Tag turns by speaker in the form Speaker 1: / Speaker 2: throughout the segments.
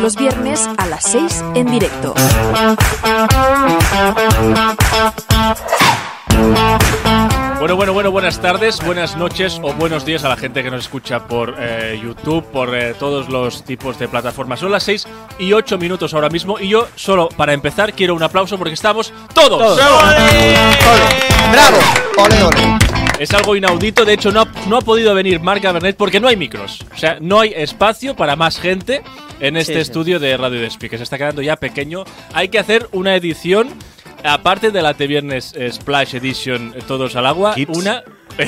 Speaker 1: los viernes a las 6 en directo.
Speaker 2: Bueno, bueno, bueno, buenas tardes, buenas noches o buenos días a la gente que nos escucha por eh, YouTube, por eh, todos los tipos de plataformas. Son las 6 y 8 minutos ahora mismo y yo solo para empezar quiero un aplauso porque estamos todos.
Speaker 3: ¡Bravo! ¡Ole, ole!
Speaker 2: Es algo inaudito, de hecho no ha, no ha podido venir Marca Bernet porque no hay micros. O sea, no hay espacio para más gente en este
Speaker 4: Sí, sí.
Speaker 2: estudio de Radio Despí, que se está quedando ya pequeño. Hay que hacer una edición, aparte de la Te Viernes eh, Splash Edition eh, Todos al Agua,
Speaker 5: Kids.
Speaker 2: una...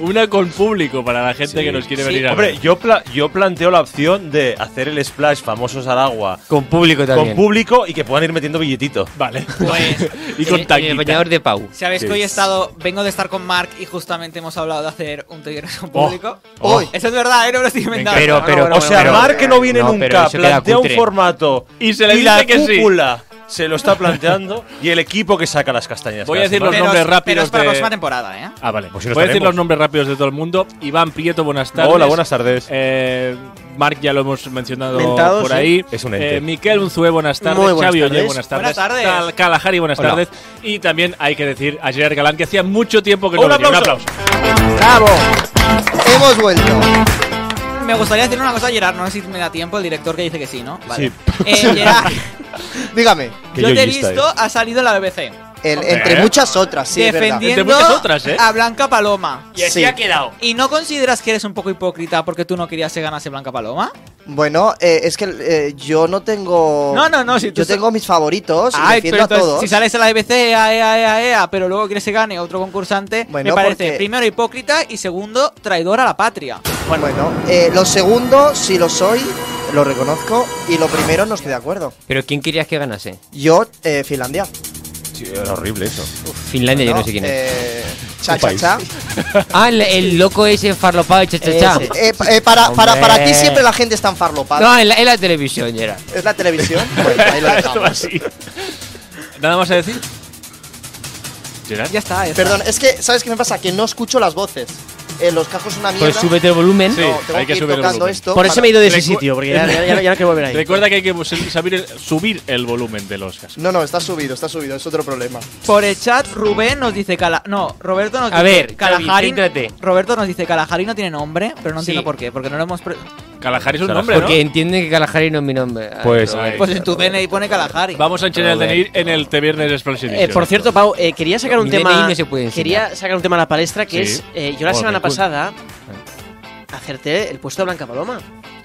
Speaker 2: una con público para la gente que nos quiere venir a
Speaker 5: Hombre,
Speaker 2: ver.
Speaker 5: yo, pla- yo planteo la opción de hacer el splash famosos al agua
Speaker 4: Con público
Speaker 5: con
Speaker 4: también.
Speaker 5: público y que puedan ir metiendo billetito.
Speaker 2: Vale.
Speaker 6: Pues,
Speaker 2: y con
Speaker 4: Eh,
Speaker 2: taquita.
Speaker 4: el bañador de Pau.
Speaker 6: ¿sabéis que hoy he estado, vengo de estar con Mark y justamente hemos hablado de hacer un taller con público?
Speaker 3: oh. Uy.
Speaker 6: Eso es verdad, ¿eh? no me lo estoy inventando.
Speaker 4: Pero, pero,
Speaker 5: o sea,
Speaker 4: pero-
Speaker 5: Mar que no viene
Speaker 4: no, pero
Speaker 5: nunca,
Speaker 4: eso queda
Speaker 5: plantea un
Speaker 4: cutre.
Speaker 5: formato
Speaker 2: Y se le dice
Speaker 5: la
Speaker 2: que sí.
Speaker 5: cúpula se lo está planteando y el equipo que saca las castañas.
Speaker 2: Voy a
Speaker 5: cada
Speaker 2: decir los
Speaker 5: semana.
Speaker 6: Pero es-
Speaker 2: nombres
Speaker 6: pero
Speaker 2: rápidos
Speaker 6: es para
Speaker 2: de-
Speaker 6: la próxima temporada, ¿eh?
Speaker 2: Ah, vale.
Speaker 5: Pues sí, lo
Speaker 2: Voy a decir
Speaker 5: estaremos.
Speaker 2: los nombres rápidos de todo el mundo. Iván Prieto, buenas tardes.
Speaker 5: Hola, buenas tardes.
Speaker 2: Eh, Marc ya lo hemos mencionado
Speaker 3: Mentado,
Speaker 2: por
Speaker 3: sí.
Speaker 2: ahí.
Speaker 5: Es un ente.
Speaker 2: Eh, Miquel Unzué, buenas tardes.
Speaker 3: Muy buenas
Speaker 2: Xavi Ollé,
Speaker 3: tardes.
Speaker 2: buenas tardes.
Speaker 6: Buenas tardes.
Speaker 2: Cal- Kalahari, buenas
Speaker 4: Hola.
Speaker 2: tardes. Y también hay que decir a Gerard Galán, que hacía mucho tiempo que no
Speaker 5: Un
Speaker 2: venía.
Speaker 5: aplauso.
Speaker 3: ¡Bravo! Hemos vuelto.
Speaker 6: Me gustaría decir una cosa a Gerard, no sé si me da tiempo, el director que dice que sí, ¿no? Vale.
Speaker 5: Sí.
Speaker 6: Eh, Gerard,
Speaker 3: Dígame,
Speaker 5: Qué
Speaker 6: yo te he
Speaker 5: yoyista,
Speaker 6: visto, ha salido en la BBC.
Speaker 3: el-
Speaker 2: Hombre.
Speaker 3: entre muchas otras, sí, es verdad.
Speaker 6: defendiendo
Speaker 2: Entre muchas otras, ¿eh?
Speaker 6: a Blanca Paloma.
Speaker 3: Y así ha
Speaker 4: quedado.
Speaker 6: ¿Y no consideras que eres un poco hipócrita porque tú no querías que ganase Blanca Paloma?
Speaker 3: Bueno, eh, es que eh, yo no tengo.
Speaker 6: No, no, no, si tú
Speaker 3: Yo
Speaker 6: so-
Speaker 3: tengo mis favoritos y
Speaker 6: Ay,
Speaker 3: defiendo a
Speaker 6: entonces,
Speaker 3: todos.
Speaker 6: si sales a la BBC, ea, ea, ea, ea, pero luego quieres que gane otro concursante,
Speaker 3: Bueno,
Speaker 6: me parece
Speaker 3: porque-
Speaker 6: primero hipócrita y segundo traidor a la patria.
Speaker 3: Bueno, eh, lo segundo, si lo soy, lo reconozco. Y lo primero, no estoy de acuerdo.
Speaker 4: Pero ¿quién querías que ganase?
Speaker 3: Yo, eh, Finlandia.
Speaker 5: Sí, era horrible eso.
Speaker 4: Finlandia, yo no sé quién es.
Speaker 3: Eh, cha, cha, cha.
Speaker 4: Ah, el, el loco ese farlopado y cha, cha, cha.
Speaker 3: Ese. Eh, pa- eh, para, para, para ti
Speaker 4: Hombre.
Speaker 3: siempre la gente está enfarlopada.
Speaker 4: No, en la, en la televisión, Gerard.
Speaker 3: ¿Es la televisión? Bueno, ahí lo
Speaker 2: Esto va
Speaker 3: dejamos.
Speaker 2: así. ¿Nada más a decir? Gerard.
Speaker 6: Ya está, ya está.
Speaker 3: Perdón, es que, ¿sabes qué me pasa? Que no escucho las voces. Eh, los cajos son una mierda.
Speaker 4: Pues súbete el volumen.
Speaker 2: Sí.
Speaker 3: No, tengo
Speaker 2: hay que
Speaker 3: que ir
Speaker 2: subir el
Speaker 3: tocando
Speaker 2: volumen.
Speaker 3: esto.
Speaker 7: Por eso
Speaker 3: para-
Speaker 7: me he ido de
Speaker 2: Recu-
Speaker 7: ese sitio, porque ya, ya- ya- ya no quiero volver ahí.
Speaker 2: Recuerda que hay que pues, saber el- subir el volumen de los cascos.
Speaker 3: No, no, está subido, está subido, es otro problema.
Speaker 6: Por el chat, Rubén nos dice Cala... No, Roberto nos
Speaker 4: A
Speaker 6: dice
Speaker 4: ver, Xavi,
Speaker 6: Kalahari.
Speaker 4: céntrate.
Speaker 6: Roberto nos dice Kalahari no tiene nombre, pero no
Speaker 4: Sí.
Speaker 6: entiendo por qué, porque no lo hemos... pre-
Speaker 2: Kalahari es un
Speaker 5: Kalahari.
Speaker 2: nombre, ¿no?
Speaker 4: Porque entienden que Kalahari no es mi nombre. Ah, Ay,
Speaker 5: Pues-
Speaker 2: eh.
Speaker 4: Roberto.
Speaker 6: Pues en tu DNI pone Kalahari.
Speaker 2: Vamos a enseñar el DNI en el Te Viernes Express
Speaker 7: Eh,
Speaker 2: Edition.
Speaker 7: por cierto, Pau, eh, quería sacar un
Speaker 4: Mi
Speaker 7: tema.
Speaker 4: DNI no se puede enseñar.
Speaker 7: quería sacar un tema a la palestra que
Speaker 2: Sí.
Speaker 7: es. eh, yo la
Speaker 2: Joder,
Speaker 7: semana
Speaker 2: cool.
Speaker 7: pasada acerté el puesto de Blanca Paloma.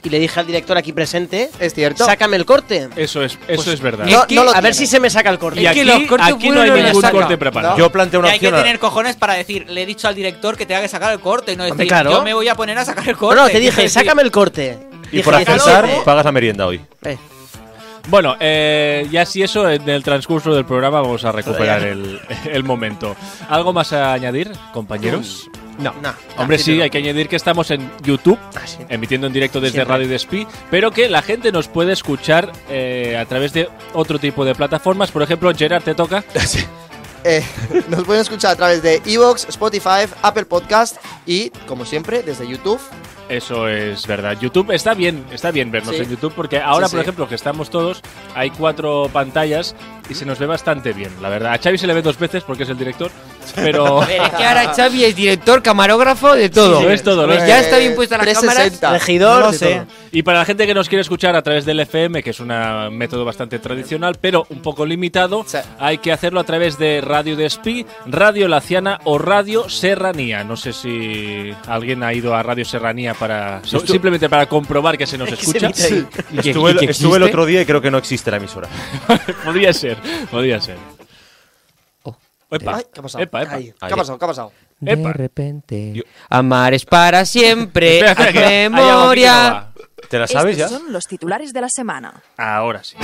Speaker 7: Y le dije al director aquí presente:
Speaker 3: Es cierto.
Speaker 7: Sácame el corte.
Speaker 2: Eso es, eso es verdad.
Speaker 3: No,
Speaker 7: Es que
Speaker 3: no lo
Speaker 7: a ver
Speaker 3: tiene.
Speaker 7: si se me saca el corte.
Speaker 2: y
Speaker 4: es
Speaker 2: aquí,
Speaker 4: que los cortes
Speaker 2: aquí no
Speaker 4: buenos
Speaker 2: hay
Speaker 4: no los
Speaker 2: ningún
Speaker 4: saca.
Speaker 2: corte preparado.
Speaker 3: No.
Speaker 5: Yo planteo
Speaker 6: Y
Speaker 5: una
Speaker 6: hay que
Speaker 5: opción. a-
Speaker 6: tener cojones para decir, le he dicho al director que tenga que sacar el corte y no decir,
Speaker 7: Hombre, claro.
Speaker 6: yo me voy a poner a sacar el
Speaker 7: No,
Speaker 6: corte.
Speaker 7: no, te dije:
Speaker 6: Decir,
Speaker 7: sácame el corte.
Speaker 5: Y
Speaker 7: Dije,
Speaker 5: por
Speaker 7: "Sácame el
Speaker 5: acertar,
Speaker 7: corte".
Speaker 5: pagas la merienda hoy.
Speaker 7: Eh,
Speaker 2: Bueno, eh, ya si eso, en el transcurso del programa vamos a recuperar el, el momento. ¿Algo más a añadir, compañeros?
Speaker 7: No, no.
Speaker 2: Hombre, sí, hay que Em. añadir que estamos en YouTube,
Speaker 7: Ah, sí.
Speaker 2: emitiendo en directo desde
Speaker 7: Siempre.
Speaker 2: Radio Despí, pero que la gente nos puede escuchar eh, a través de otro tipo de plataformas. Por ejemplo, Gerard, te toca.
Speaker 3: Eh, nos pueden escuchar a través de Evox, Spotify, Apple Podcast y, como siempre, desde YouTube.
Speaker 2: Eso es verdad. YouTube está bien, está bien vernos
Speaker 3: Sí.
Speaker 2: en YouTube porque ahora,
Speaker 3: Sí,
Speaker 2: por
Speaker 3: sí.
Speaker 2: ejemplo, que estamos todos, hay cuatro pantallas y se nos ve bastante bien, la verdad. A Xavi se le ve dos veces porque es el director, pero
Speaker 4: A ver, Eh, es que ahora Xavi es director, camarógrafo, de todo.
Speaker 2: Sí, sí, es todo, lo es.
Speaker 4: Ya
Speaker 3: Pues
Speaker 4: está bien puesta la cámara.
Speaker 3: 360.
Speaker 7: Regidor,
Speaker 3: No lo
Speaker 7: de
Speaker 3: sé.
Speaker 7: todo.
Speaker 2: Y para la gente que nos quiere escuchar a través del FM, que es una- un método bastante tradicional, pero un poco limitado,
Speaker 3: Sí.
Speaker 2: hay que hacerlo a través de Radio Despí, Radio Laciana o Radio Serranía. No sé si alguien ha ido a Radio Serranía para so-
Speaker 5: Esto-
Speaker 2: simplemente para comprobar que se nos escucha.
Speaker 7: Sí.
Speaker 4: ¿Y que-
Speaker 5: Estuve,
Speaker 4: y
Speaker 5: estuve
Speaker 4: que
Speaker 5: el
Speaker 4: existe?
Speaker 5: otro día y creo que no existe la emisora.
Speaker 2: podría ser, podría ser.
Speaker 4: Oh.
Speaker 2: Epa,
Speaker 3: Ay, ¿qué ha pasado?
Speaker 2: epa, epa.
Speaker 3: Ay,
Speaker 5: Ahí.
Speaker 3: ¿Qué ha pasado? ¿Qué ha pasado?
Speaker 4: De
Speaker 2: Epa.
Speaker 4: repente.
Speaker 5: Yo-
Speaker 4: Amar es para siempre.
Speaker 2: Espera, espera,
Speaker 4: haz
Speaker 2: que hay algo aquí que no
Speaker 4: memoria.
Speaker 2: va.
Speaker 5: ¿Te la sabes ya?
Speaker 1: Estos son los titulares de la semana.
Speaker 2: Ahora sí.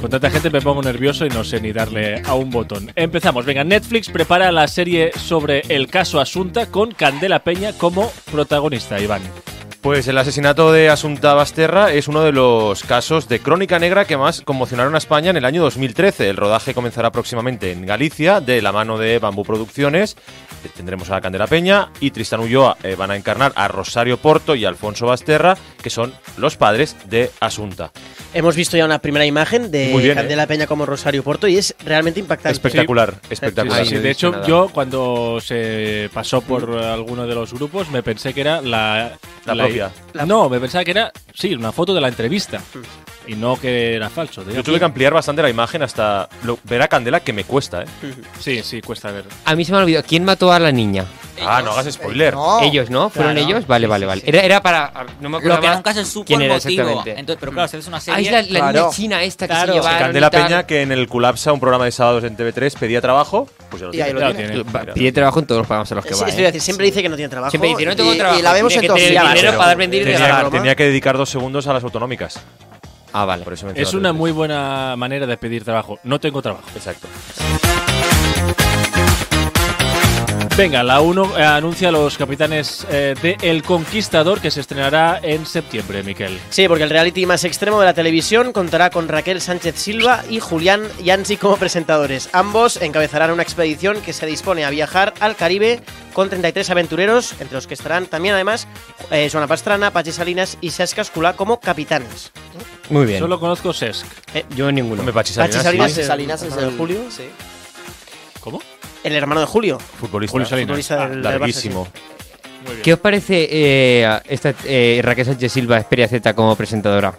Speaker 2: Con tanta gente me pongo nervioso y no sé ni darle a un botón. Empezamos. Venga, Netflix prepara la serie sobre el caso Asunta con Candela Peña como protagonista, Iván.
Speaker 5: Pues el asesinato de Asunta Basterra es uno de los casos de crónica negra que más conmocionaron a España en el año 2013. El rodaje comenzará próximamente en Galicia, de la mano de Bambú Producciones. Tendremos a Candela Peña y Tristán Ulloa eh, van a encarnar a Rosario Porto y Alfonso Basterra, que son los padres de Asunta.
Speaker 7: Hemos visto ya una primera imagen de
Speaker 5: Muy bien,
Speaker 2: ¿eh?
Speaker 7: Candela Peña como Rosario Porto y es realmente impactante.
Speaker 5: Espectacular, espectacular.
Speaker 2: Sí, sí,
Speaker 5: Pues No he
Speaker 2: de
Speaker 5: visto
Speaker 2: hecho,
Speaker 5: nada.
Speaker 2: yo cuando se pasó por eh, alguno de los grupos me pensé que era la.
Speaker 5: La propia.
Speaker 2: No, me pensaba que era, sí, una foto de la entrevista. Y no que era falso.
Speaker 5: Yo tuve que ampliar bastante la imagen hasta lo- ver a Candela, que me cuesta, ¿eh?
Speaker 2: Sí, sí, cuesta ver.
Speaker 4: A mí se me ha olvidado. ¿Quién mató a la niña?
Speaker 5: Ah, no hagas spoiler.
Speaker 3: No.
Speaker 4: ellos, ¿no? ¿Fueron
Speaker 6: Claro.
Speaker 4: ellos? Vale,
Speaker 6: Sí,
Speaker 4: vale,
Speaker 6: sí,
Speaker 4: vale.
Speaker 6: sí.
Speaker 4: Era, era para. No me acuerdo.
Speaker 6: Lo que nunca se supo
Speaker 4: quién
Speaker 6: el
Speaker 4: era
Speaker 6: motivo.
Speaker 4: exactamente.
Speaker 6: Entonces, pero claro, si haces una
Speaker 4: Ah, es
Speaker 6: serie.
Speaker 4: la, la niña
Speaker 3: Claro.
Speaker 4: china esta que
Speaker 6: Claro.
Speaker 4: se
Speaker 6: Sí,
Speaker 4: llevaron. y
Speaker 5: Candela
Speaker 4: tal.
Speaker 5: Peña, que en el Colapsa, un programa de sábados en TV3, pedía trabajo, pues ya lo
Speaker 3: Y ahí
Speaker 5: tiene.
Speaker 3: lo
Speaker 2: Ya lo
Speaker 3: tiene.
Speaker 2: tiene.
Speaker 4: Va, Pide trabajo en todos los programas a los que
Speaker 7: Es-
Speaker 4: va.
Speaker 7: es
Speaker 4: ¿eh?
Speaker 7: decir, siempre dice que no tiene trabajo.
Speaker 4: Siempre dice, no tengo
Speaker 3: Y- y
Speaker 4: trabajo.
Speaker 3: la vemos
Speaker 4: tiene
Speaker 3: en todos
Speaker 4: que tener
Speaker 3: lagas,
Speaker 4: dinero
Speaker 5: pero-
Speaker 4: para dar vendir y regalar,
Speaker 5: Tenía,
Speaker 4: ¿no?
Speaker 5: tenía que dedicar dos segundos a las autonómicas.
Speaker 4: Ah, vale.
Speaker 5: Por eso menciono
Speaker 2: Es
Speaker 5: a
Speaker 2: una
Speaker 5: TV3.
Speaker 2: muy buena manera de pedir trabajo. No tengo trabajo.
Speaker 5: Exacto.
Speaker 2: Venga, la 1 anuncia los capitanes eh, de El Conquistador que se estrenará en septiembre, Miquel.
Speaker 7: Sí, porque el reality más extremo de la televisión contará con Raquel Sánchez Silva y Julián Yancy como presentadores. Ambos encabezarán una expedición que se dispone a viajar al Caribe con 33 aventureros, entre los que estarán también además eh, Joana Pastrana, Pachi Salinas y Saskia Esculá como capitanes.
Speaker 4: Muy bien.
Speaker 2: Solo conozco Sesc.
Speaker 4: Yo ninguno.
Speaker 5: Hombre, Pachi
Speaker 7: Pachi
Speaker 5: Salinas,
Speaker 7: Salinas,
Speaker 5: sí,
Speaker 3: Pachi
Speaker 7: el
Speaker 3: Salinas es
Speaker 7: hermano de
Speaker 3: el-
Speaker 7: Julio, sí.
Speaker 2: ¿Cómo?
Speaker 7: El hermano de Julio,
Speaker 5: futbolista.
Speaker 2: Julio Salinas.
Speaker 7: futbolista
Speaker 2: Ah,
Speaker 7: del, del Barça,
Speaker 5: Larguísimo.
Speaker 2: Muy bien.
Speaker 4: ¿Qué os parece eh, esta, eh, Raquel Sánchez Silva, Esperia Z como presentadora?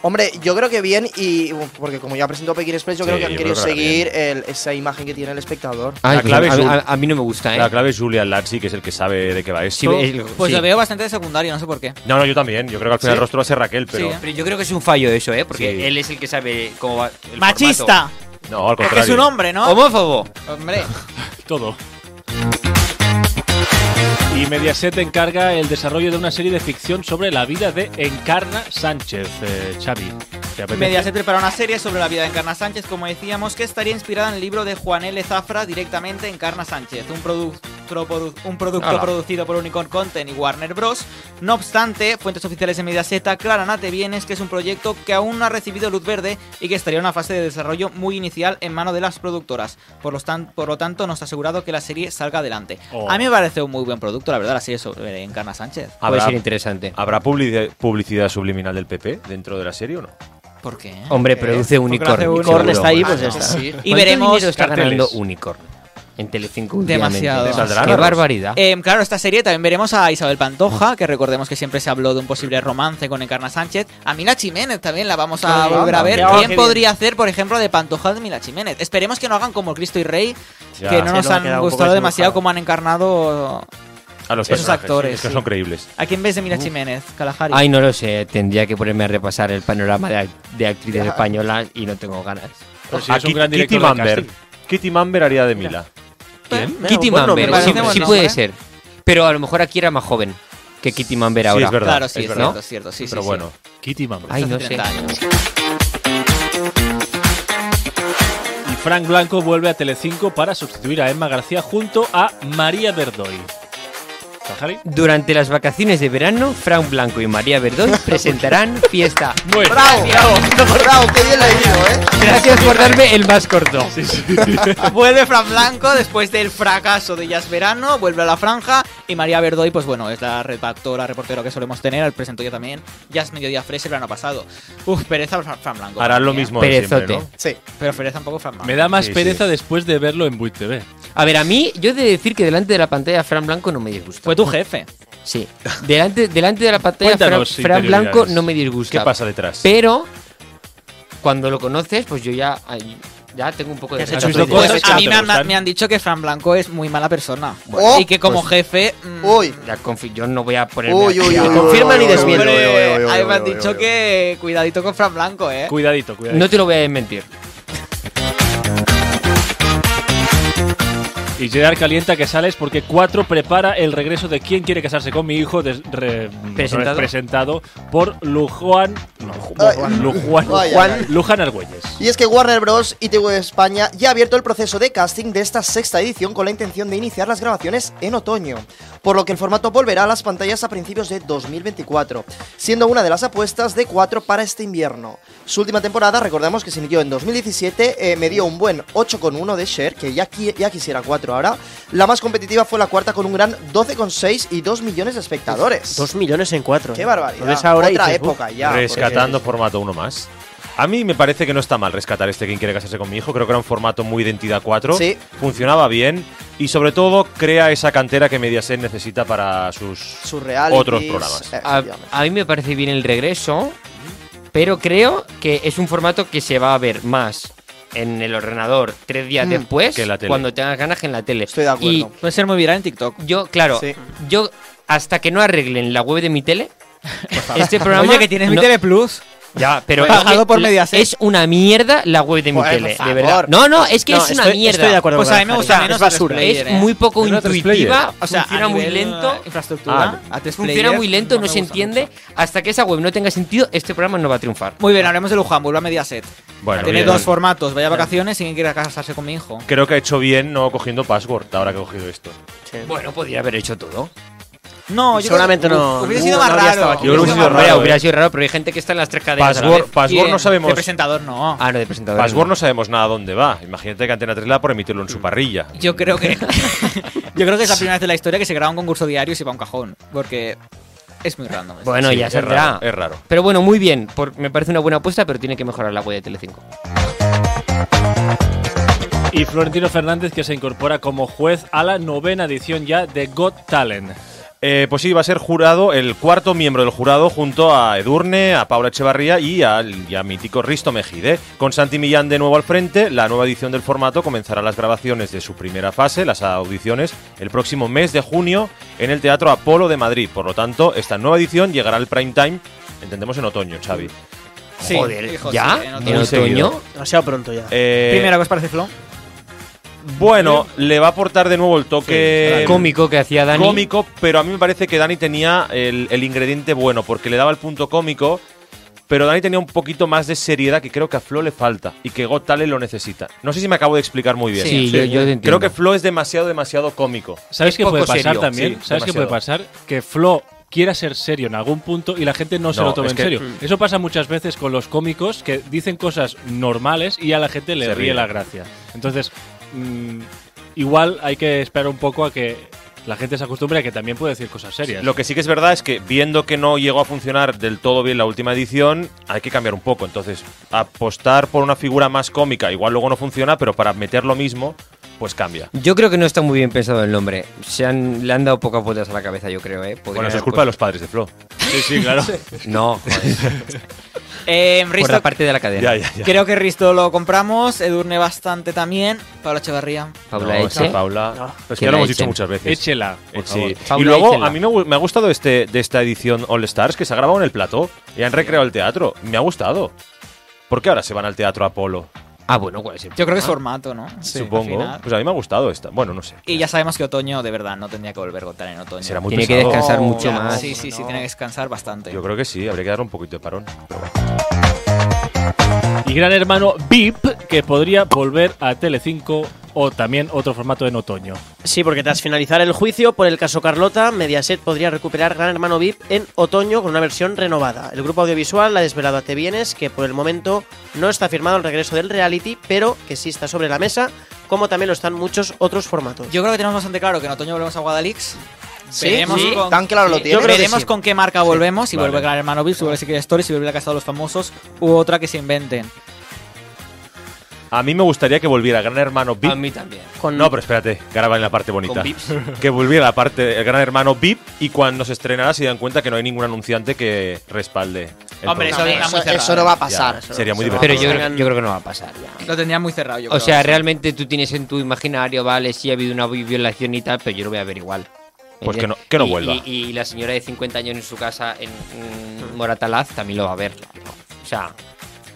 Speaker 3: Hombre, yo creo que bien, y porque como ya presentó Pekín Express, yo creo
Speaker 5: Sí,
Speaker 3: que han
Speaker 5: yo
Speaker 3: querido
Speaker 5: creo que ahora
Speaker 3: seguir el- esa imagen que tiene el espectador.
Speaker 4: Ay,
Speaker 5: La
Speaker 4: pues
Speaker 5: clave
Speaker 4: a,
Speaker 5: es un-
Speaker 4: a- a mí no me gusta, ¿eh?
Speaker 5: La clave es Julian Lazzi, que es el que sabe de qué va
Speaker 4: Sí,
Speaker 5: esto.
Speaker 4: el-
Speaker 6: Pues
Speaker 4: sí.
Speaker 6: lo veo bastante de secundario, no sé por qué.
Speaker 5: No, no, yo también. Yo creo que al final
Speaker 6: ¿Sí?
Speaker 5: el rostro va a ser Raquel, pero.
Speaker 6: Sí, ¿eh?
Speaker 4: Pero yo creo que es un fallo eso, ¿eh? Porque
Speaker 5: Sí.
Speaker 4: él es el que sabe cómo va. el formato.
Speaker 6: Machista.
Speaker 5: No, al
Speaker 6: Porque
Speaker 5: contrario.
Speaker 6: es un hombre, ¿no?
Speaker 4: Homófobo.
Speaker 6: Hombre.
Speaker 2: Todo. Y Mediaset encarga el desarrollo de una serie de ficción sobre la vida de Encarna Sánchez, eh, Xavi. ¿Te
Speaker 7: Pues
Speaker 2: apetece?
Speaker 6: Mediaset prepara una serie sobre la vida de Encarna Sánchez, como decíamos, que estaría inspirada en el libro de Juan L. Zafra directamente Encarna Sánchez, un, produ- tro- produ- un producto
Speaker 4: Ala.
Speaker 6: producido por Unicorn Content y Warner Bros. No obstante, fuentes oficiales de Mediaset aclaran a Te Vienes que es un proyecto que aún no ha recibido luz verde y que estaría en una fase de desarrollo muy inicial en mano de las productoras. Por, los tan- por lo tanto, nos ha asegurado que la serie salga adelante.
Speaker 2: Oh.
Speaker 6: A mí me parece un muy buen producto, la verdad, la serie sobre Encarna Sánchez.
Speaker 4: Puede
Speaker 5: ¿Habrá,
Speaker 4: ser interesante.
Speaker 5: ¿habrá publici- publicidad subliminal del PP dentro de la serie o no?
Speaker 6: ¿Por qué?
Speaker 4: Hombre,
Speaker 6: ¿Qué?
Speaker 4: produce
Speaker 6: Porque lo hace
Speaker 4: Unicorn.
Speaker 6: Unicorn,
Speaker 7: Corn
Speaker 5: Seguro,
Speaker 7: está ahí,
Speaker 5: hombre.
Speaker 7: Oh. pues ya está.
Speaker 6: Y veremos.
Speaker 4: está
Speaker 2: carteles?
Speaker 4: ganando Unicorn en Telecinco últimamente?
Speaker 6: Demasiado.
Speaker 5: ¿Saldrán
Speaker 4: Qué
Speaker 5: arroz?
Speaker 4: barbaridad.
Speaker 6: Em, claro, esta serie también veremos a Isabel Pantoja, que recordemos que siempre se habló de un posible romance con Encarna Sánchez. A Mila Jiménez también la vamos a
Speaker 3: Sí,
Speaker 6: volver a ver.
Speaker 5: también.
Speaker 3: Ah,
Speaker 6: ¿Quién
Speaker 3: qué
Speaker 6: podría hacer, por ejemplo, de Pantoja de Mila Jiménez? Esperemos que no hagan como Cristo y Rey,
Speaker 5: Ya.
Speaker 6: que no
Speaker 5: Sí,
Speaker 6: nos
Speaker 7: luego
Speaker 6: han
Speaker 7: queda un poco
Speaker 6: gustado demasiado
Speaker 7: desdibujado.
Speaker 6: como han encarnado
Speaker 5: A Ah, los
Speaker 6: Esos
Speaker 5: personajes,
Speaker 6: actores,
Speaker 5: Es que
Speaker 6: sí.
Speaker 5: son creíbles.
Speaker 6: aquí en vez de Mila Jiménez, Kalahari.
Speaker 4: Ay, no lo sé. Tendría que ponerme a repasar el panorama de, act- de actrices españolas y no tengo ganas.
Speaker 2: Pero si es un
Speaker 5: Aquí-
Speaker 2: gran
Speaker 5: Kitty
Speaker 2: director de
Speaker 5: Mamber.
Speaker 2: casting.
Speaker 5: Kitty Mamber haría de Mila. ¿Eh?
Speaker 7: Mira,
Speaker 4: Kitty
Speaker 7: buen nombre,
Speaker 4: Mamber.
Speaker 7: buen
Speaker 4: Sí,
Speaker 6: parece buen
Speaker 4: sí
Speaker 6: nombre.
Speaker 4: puede ser. Pero a lo mejor aquí era más joven que Kitty Mamber
Speaker 5: Sí,
Speaker 4: ahora.
Speaker 5: es verdad.
Speaker 6: claro, sí,
Speaker 5: es
Speaker 6: es,
Speaker 5: verdad.
Speaker 6: cierto, es cierto, sí, sí,
Speaker 5: Pero
Speaker 6: sí.
Speaker 5: bueno,
Speaker 2: Kitty Mamber.
Speaker 4: Ay,
Speaker 6: Hace
Speaker 4: no
Speaker 6: 30
Speaker 4: sé.
Speaker 6: años.
Speaker 2: Y Frank Blanco vuelve a Telecinco para sustituir a Emma García junto a María Verdoy. ¿Tajari?
Speaker 4: Durante las vacaciones de verano, Frank Blanco y María Verdoy presentarán fiesta.
Speaker 2: Muy bien.
Speaker 3: ¡Bravo! ¡Bravo! ¡Bravo! ¡Qué bien leído, eh!
Speaker 4: Gracias por darme el más corto.
Speaker 6: Vuelve Fran Blanco después del fracaso de Jazz Verano, vuelve a la franja y María Verdoy, pues bueno, es la redactora, reportera que solemos tener, el presento yo también, Jazz Mediodía Fresh el verano pasado. Uf, pereza Fran, Fran Blanco.
Speaker 5: harán lo
Speaker 6: madre mía.
Speaker 5: mismo de
Speaker 4: Perezote.
Speaker 5: siempre, ¿no?
Speaker 3: Sí.
Speaker 6: Pero pereza un poco Fran Blanco.
Speaker 2: Me da más
Speaker 5: Sí, sí.
Speaker 2: pereza después de verlo en Buit TV.
Speaker 4: A ver, a mí, yo he de decir que delante de la pantalla Fran Blanco no me disgusta.
Speaker 6: Fue tu jefe.
Speaker 4: Sí. Delante, delante de la pantalla Fran,
Speaker 2: Cuéntanos
Speaker 4: Fran
Speaker 2: interioridades.
Speaker 4: Blanco no me disgusta.
Speaker 5: ¿Qué pasa detrás?
Speaker 4: Pero, cuando lo conoces, pues yo ya, ay, ya tengo un poco de...
Speaker 7: Te has
Speaker 4: rechazo.
Speaker 7: hecho
Speaker 2: visto
Speaker 7: tu idea.
Speaker 2: cosas?
Speaker 6: Pues a mí
Speaker 2: ¿Te
Speaker 6: me han,
Speaker 2: gustan?
Speaker 6: me han dicho que Fran Blanco es muy mala persona. Oh,
Speaker 3: Bueno.
Speaker 6: y que como jefe... mm,
Speaker 3: ¡Uy!
Speaker 4: Ya confi- yo no voy a poner...
Speaker 3: Uy, uy, uy, uy,
Speaker 7: Confirma
Speaker 3: uy,
Speaker 7: ni
Speaker 6: hombre,
Speaker 3: uy,
Speaker 7: desmiente.
Speaker 3: uy, uy, uy, uy,
Speaker 6: ahí me han
Speaker 3: uy, uy,
Speaker 6: dicho
Speaker 3: uy, uy.
Speaker 6: que cuidadito con Fran Blanco, eh.
Speaker 2: Cuidadito, cuidadito.
Speaker 4: No te lo voy a desmentir.
Speaker 2: Y Gerard calienta que sales porque 4 prepara el regreso de Quién quiere casarse con mi hijo, des- re-
Speaker 4: Presentado.
Speaker 2: presentado por Lujuan, no,
Speaker 3: Ay.
Speaker 2: Lujuan,
Speaker 3: Ay, ay,
Speaker 2: Juan-
Speaker 3: ay.
Speaker 2: Luján Argüelles.
Speaker 3: Y es que Warner Bros. y TV España ya ha abierto el proceso de casting de esta sexta edición con la intención de iniciar las grabaciones en otoño, por lo que el formato volverá a las pantallas a principios de 2024, siendo una de las apuestas de cuatro para este invierno. Su última temporada, recordemos que se inició en 2017, eh, me dio un buen 8,1 de share, que ya, qui- ya quisiera 4 ahora. La más competitiva fue la cuarta con un gran 12,6 y 2 millones de espectadores.
Speaker 7: Dos millones en cuatro.
Speaker 3: ¡Qué
Speaker 7: ¿eh?
Speaker 3: barbaridad!
Speaker 7: Lo ves ahora y
Speaker 3: Otra
Speaker 7: dices, "Uf".
Speaker 3: época
Speaker 6: pues,
Speaker 3: ya. porque-
Speaker 5: Rescatando
Speaker 6: eh.
Speaker 5: formato uno más. A mí me parece que no está mal rescatar este quien quiere casarse con mi hijo. Creo que era un formato muy identidad 4.
Speaker 3: Sí.
Speaker 5: Funcionaba bien y sobre todo crea esa cantera que Mediaset necesita para sus...
Speaker 3: sus realities,
Speaker 5: Otros programas.
Speaker 4: A,
Speaker 3: eh, efectivamente.
Speaker 4: a mí me parece bien el regreso, pero creo que es un formato que se va a ver más en el ordenador tres días
Speaker 3: Mm.
Speaker 4: después,
Speaker 5: Que en la tele.
Speaker 4: cuando tengas ganas que en la tele.
Speaker 3: Estoy de acuerdo.
Speaker 4: Y
Speaker 6: Puede ser muy viral en TikTok.
Speaker 4: yo, claro,
Speaker 3: Sí.
Speaker 4: yo hasta que no arreglen la web de mi tele, este programa...
Speaker 6: Oye, que tienes mi
Speaker 4: no-
Speaker 6: Tele Plus.
Speaker 4: Ya, pero
Speaker 6: Pagado
Speaker 4: es que
Speaker 6: por
Speaker 4: la-
Speaker 6: Mediaset.
Speaker 4: Es una mierda la web de mi
Speaker 3: Joder,
Speaker 4: tele,
Speaker 3: por
Speaker 4: de verdad.
Speaker 3: favor.
Speaker 4: No, no, es que
Speaker 7: No,
Speaker 4: es una
Speaker 7: estoy-
Speaker 4: mierda.
Speaker 7: Estoy de acuerdo
Speaker 6: Pues
Speaker 7: con
Speaker 6: a mí me
Speaker 7: Javi.
Speaker 6: gusta menos
Speaker 7: Es basura.
Speaker 6: Atresplayer.
Speaker 4: es
Speaker 6: ¿eh?
Speaker 4: muy poco
Speaker 2: Era tres
Speaker 4: intuitiva,
Speaker 6: O sea,
Speaker 4: funciona
Speaker 6: a
Speaker 4: muy
Speaker 6: nivel,
Speaker 4: lento.
Speaker 6: eh,
Speaker 5: Ah,
Speaker 6: Infraestructura. a tres
Speaker 4: ah? Funciona
Speaker 6: players,
Speaker 4: muy lento, no,
Speaker 6: me
Speaker 4: se
Speaker 6: gusta
Speaker 4: entiende.
Speaker 6: mucho.
Speaker 4: Hasta que esa web no tenga sentido, este programa no va a triunfar.
Speaker 6: Muy bien, hablemos de Luján, vuelvo a Mediaset.
Speaker 5: Bueno,
Speaker 6: Tiene
Speaker 5: bien.
Speaker 6: dos formatos, vaya vacaciones y quien quiera casarse con mi hijo.
Speaker 5: Creo que ha hecho bien no cogiendo password ahora que ha cogido esto.
Speaker 4: Bueno, podría haber hecho todo.
Speaker 6: No, yo
Speaker 7: Seguramente
Speaker 6: creo que-
Speaker 7: no-
Speaker 6: Hubiera
Speaker 7: no
Speaker 6: sido más
Speaker 7: habría estado
Speaker 6: raro.
Speaker 7: aquí.
Speaker 5: Yo creo que hubiera sido
Speaker 6: más
Speaker 5: raro,
Speaker 4: Vaya,
Speaker 5: eh.
Speaker 4: hubiera sido raro, pero hay gente que está en las tres cadenas. a la
Speaker 5: Password,
Speaker 4: vez.
Speaker 5: password
Speaker 6: Y
Speaker 5: no
Speaker 6: de-
Speaker 5: sabemos...
Speaker 6: De presentador, no.
Speaker 4: Ah, no, de presentador.
Speaker 5: Password no sabemos nada dónde va. Imagínate que Antena 3 la por emitirlo en
Speaker 6: Mm.
Speaker 5: su parrilla.
Speaker 6: Yo creo que. yo creo que es la primera vez en la historia que se graba un concurso diario y se va a un cajón. Porque es muy random. esto.
Speaker 4: Bueno,
Speaker 5: Sí,
Speaker 4: ya
Speaker 5: es
Speaker 4: saldrá.
Speaker 5: raro, eh. es raro.
Speaker 4: Pero bueno, muy bien. por- me parece una buena apuesta, pero tiene que mejorar la web de Telecinco.
Speaker 2: Y Florentino Fernández que se incorpora como juez a la novena edición ya de Got Talent.
Speaker 5: Eh, pues sí, va a ser jurado, el cuarto miembro del jurado, junto a Edurne, a Paula Echevarría y al ya mítico Risto Mejide. Con Santi Millán de nuevo al frente, la nueva edición del formato comenzará las grabaciones de su primera fase, las audiciones, el próximo mes de junio en el Teatro Apolo de Madrid. Por lo tanto, esta nueva edición llegará al prime time, entendemos en otoño, Xavi.
Speaker 6: Mm. Sí,
Speaker 4: Joder,
Speaker 6: hijo,
Speaker 4: ¿ya?
Speaker 6: sí, en
Speaker 4: en
Speaker 6: otoño.
Speaker 4: otoño.
Speaker 5: seguido.
Speaker 7: Demasiado pronto ya.
Speaker 5: Eh,
Speaker 6: Primera, ¿qué os parece, Flo?
Speaker 5: bueno, le va a aportar de nuevo el toque
Speaker 4: Cómico que hacía Dani.
Speaker 5: cómico, pero a mí me parece que Dani tenía el, el ingrediente bueno, porque le daba el punto cómico, pero Dani tenía un poquito más de seriedad que creo que a Flo le falta y que Got Talent lo necesita. No sé si me acabo de explicar muy bien.
Speaker 4: Sí, yo, yo te entiendo.
Speaker 5: Creo que Flo es demasiado, demasiado cómico.
Speaker 2: ¿Sabes
Speaker 4: Es
Speaker 2: qué puede
Speaker 4: poco
Speaker 2: pasar
Speaker 4: serio,
Speaker 2: también?
Speaker 5: sí,
Speaker 2: ¿Sabes qué
Speaker 5: demasiado.
Speaker 2: puede pasar? Que Flo quiera ser serio en algún punto y la gente no, se
Speaker 5: No,
Speaker 2: lo tome
Speaker 5: es
Speaker 2: en
Speaker 5: que- mm.
Speaker 2: serio. Eso pasa muchas veces con los cómicos que dicen cosas normales y a la gente le
Speaker 5: Se
Speaker 2: ríe
Speaker 5: ríe.
Speaker 2: la gracia. Entonces, mm, igual hay que esperar un poco a que la gente se acostumbre a que también puede decir cosas serias.
Speaker 5: Lo que sí que es verdad es que viendo que no llegó a funcionar del todo bien la última edición, hay que cambiar un poco. Entonces, apostar por una figura más cómica, igual luego no funciona, pero para meter lo mismo, pues cambia.
Speaker 4: Yo creo que no está muy bien pensado el nombre. Se han, le han dado pocas vueltas a la cabeza, yo creo, ¿eh? Podrían
Speaker 5: Bueno, eso es
Speaker 4: haber
Speaker 5: culpa de los padres de Flo. Sí, sí, claro.
Speaker 4: puesto- No, joder,
Speaker 6: Eh,
Speaker 4: por
Speaker 6: Risto,
Speaker 4: la parte de la cadena.
Speaker 5: ya, ya, ya.
Speaker 6: creo que Risto lo compramos. Edurne bastante también. Pablo Echevarría.
Speaker 4: Paula
Speaker 5: No,
Speaker 4: Eche.
Speaker 5: sí, Paula. Es
Speaker 4: Que
Speaker 5: que ya
Speaker 4: la
Speaker 5: lo hemos dicho
Speaker 4: echen.
Speaker 5: muchas veces.
Speaker 2: Échela, por
Speaker 5: Eh, sí.
Speaker 2: favor.
Speaker 4: Paula,
Speaker 5: Y luego,
Speaker 4: échenla.
Speaker 5: a mí me, gu- me ha gustado este, de esta edición All Stars, que se ha grabado en el plató y han recreado el teatro. Me ha gustado. ¿Por qué ahora se van al teatro Apolo?
Speaker 4: Ah, bueno, ¿cuál es el
Speaker 6: Yo creo que es
Speaker 4: problema?
Speaker 6: formato, ¿no? Al
Speaker 5: Supongo.
Speaker 6: final.
Speaker 5: Pues a mí me ha gustado esta. Bueno, no sé.
Speaker 6: Y ya sabemos que otoño, de verdad, no tendría que volver a votar en otoño.
Speaker 5: Será muy
Speaker 4: Tiene que
Speaker 5: pesado.
Speaker 4: descansar
Speaker 3: No,
Speaker 4: mucho
Speaker 6: Ya,
Speaker 4: más.
Speaker 6: Sí, sí, sí, tiene que descansar bastante.
Speaker 5: Yo creo que sí, habría que darle un poquito de parón. Pero bueno.
Speaker 2: Y Gran Hermano VIP que podría volver a Telecinco o también otro formato en otoño.
Speaker 7: Sí, porque tras finalizar el juicio por el caso Carlota, Mediaset podría recuperar Gran Hermano VIP en otoño con una versión renovada. El grupo audiovisual ha desvelado a Te Vienes que por el momento no está firmado el regreso del reality, pero que sí está sobre la mesa, como también lo están muchos otros formatos.
Speaker 6: Yo creo que tenemos bastante claro que en otoño volvemos a Guadalix.
Speaker 3: Sí, sí, tan claro lo tiene.
Speaker 6: Yo
Speaker 3: Yo creo que
Speaker 6: veremos
Speaker 3: sí.
Speaker 6: con qué marca volvemos, si
Speaker 5: Vale.
Speaker 6: vuelve Gran Hermano VIP, si vuelve Secret Story, si vuelve la Casa de los Famosos u otra que se inventen.
Speaker 5: A mí me gustaría que volviera Gran Hermano
Speaker 4: A
Speaker 5: VIP.
Speaker 4: mí también.
Speaker 7: Con-
Speaker 5: No, pero espérate, que ahora va en la parte bonita.
Speaker 4: Con VIPs.
Speaker 5: Que volviera la parte, el Gran Hermano VIP y cuando se estrenará se dan cuenta que no hay ningún anunciante que respalde. el programa.
Speaker 6: Hombre, eso venga muy
Speaker 3: eso,
Speaker 6: cerrado.
Speaker 3: eso no va a pasar.
Speaker 5: Ya,
Speaker 3: eso no-
Speaker 5: sería muy
Speaker 3: eso no va a
Speaker 4: Pero yo,
Speaker 5: divertido.
Speaker 4: creo- yo creo que no va a pasar ya.
Speaker 6: Lo tendría muy cerrado, yo
Speaker 4: O
Speaker 6: creo.
Speaker 4: sea, realmente tú tienes en tu imaginario, vale, sí ha habido una violación y tal, pero yo lo voy a ver igual.
Speaker 5: Pues que no- que no
Speaker 4: Y-
Speaker 5: vuelva.
Speaker 4: Y, y la señora de 50 años en su casa en mm, Moratalaz también lo va a ver. O sea,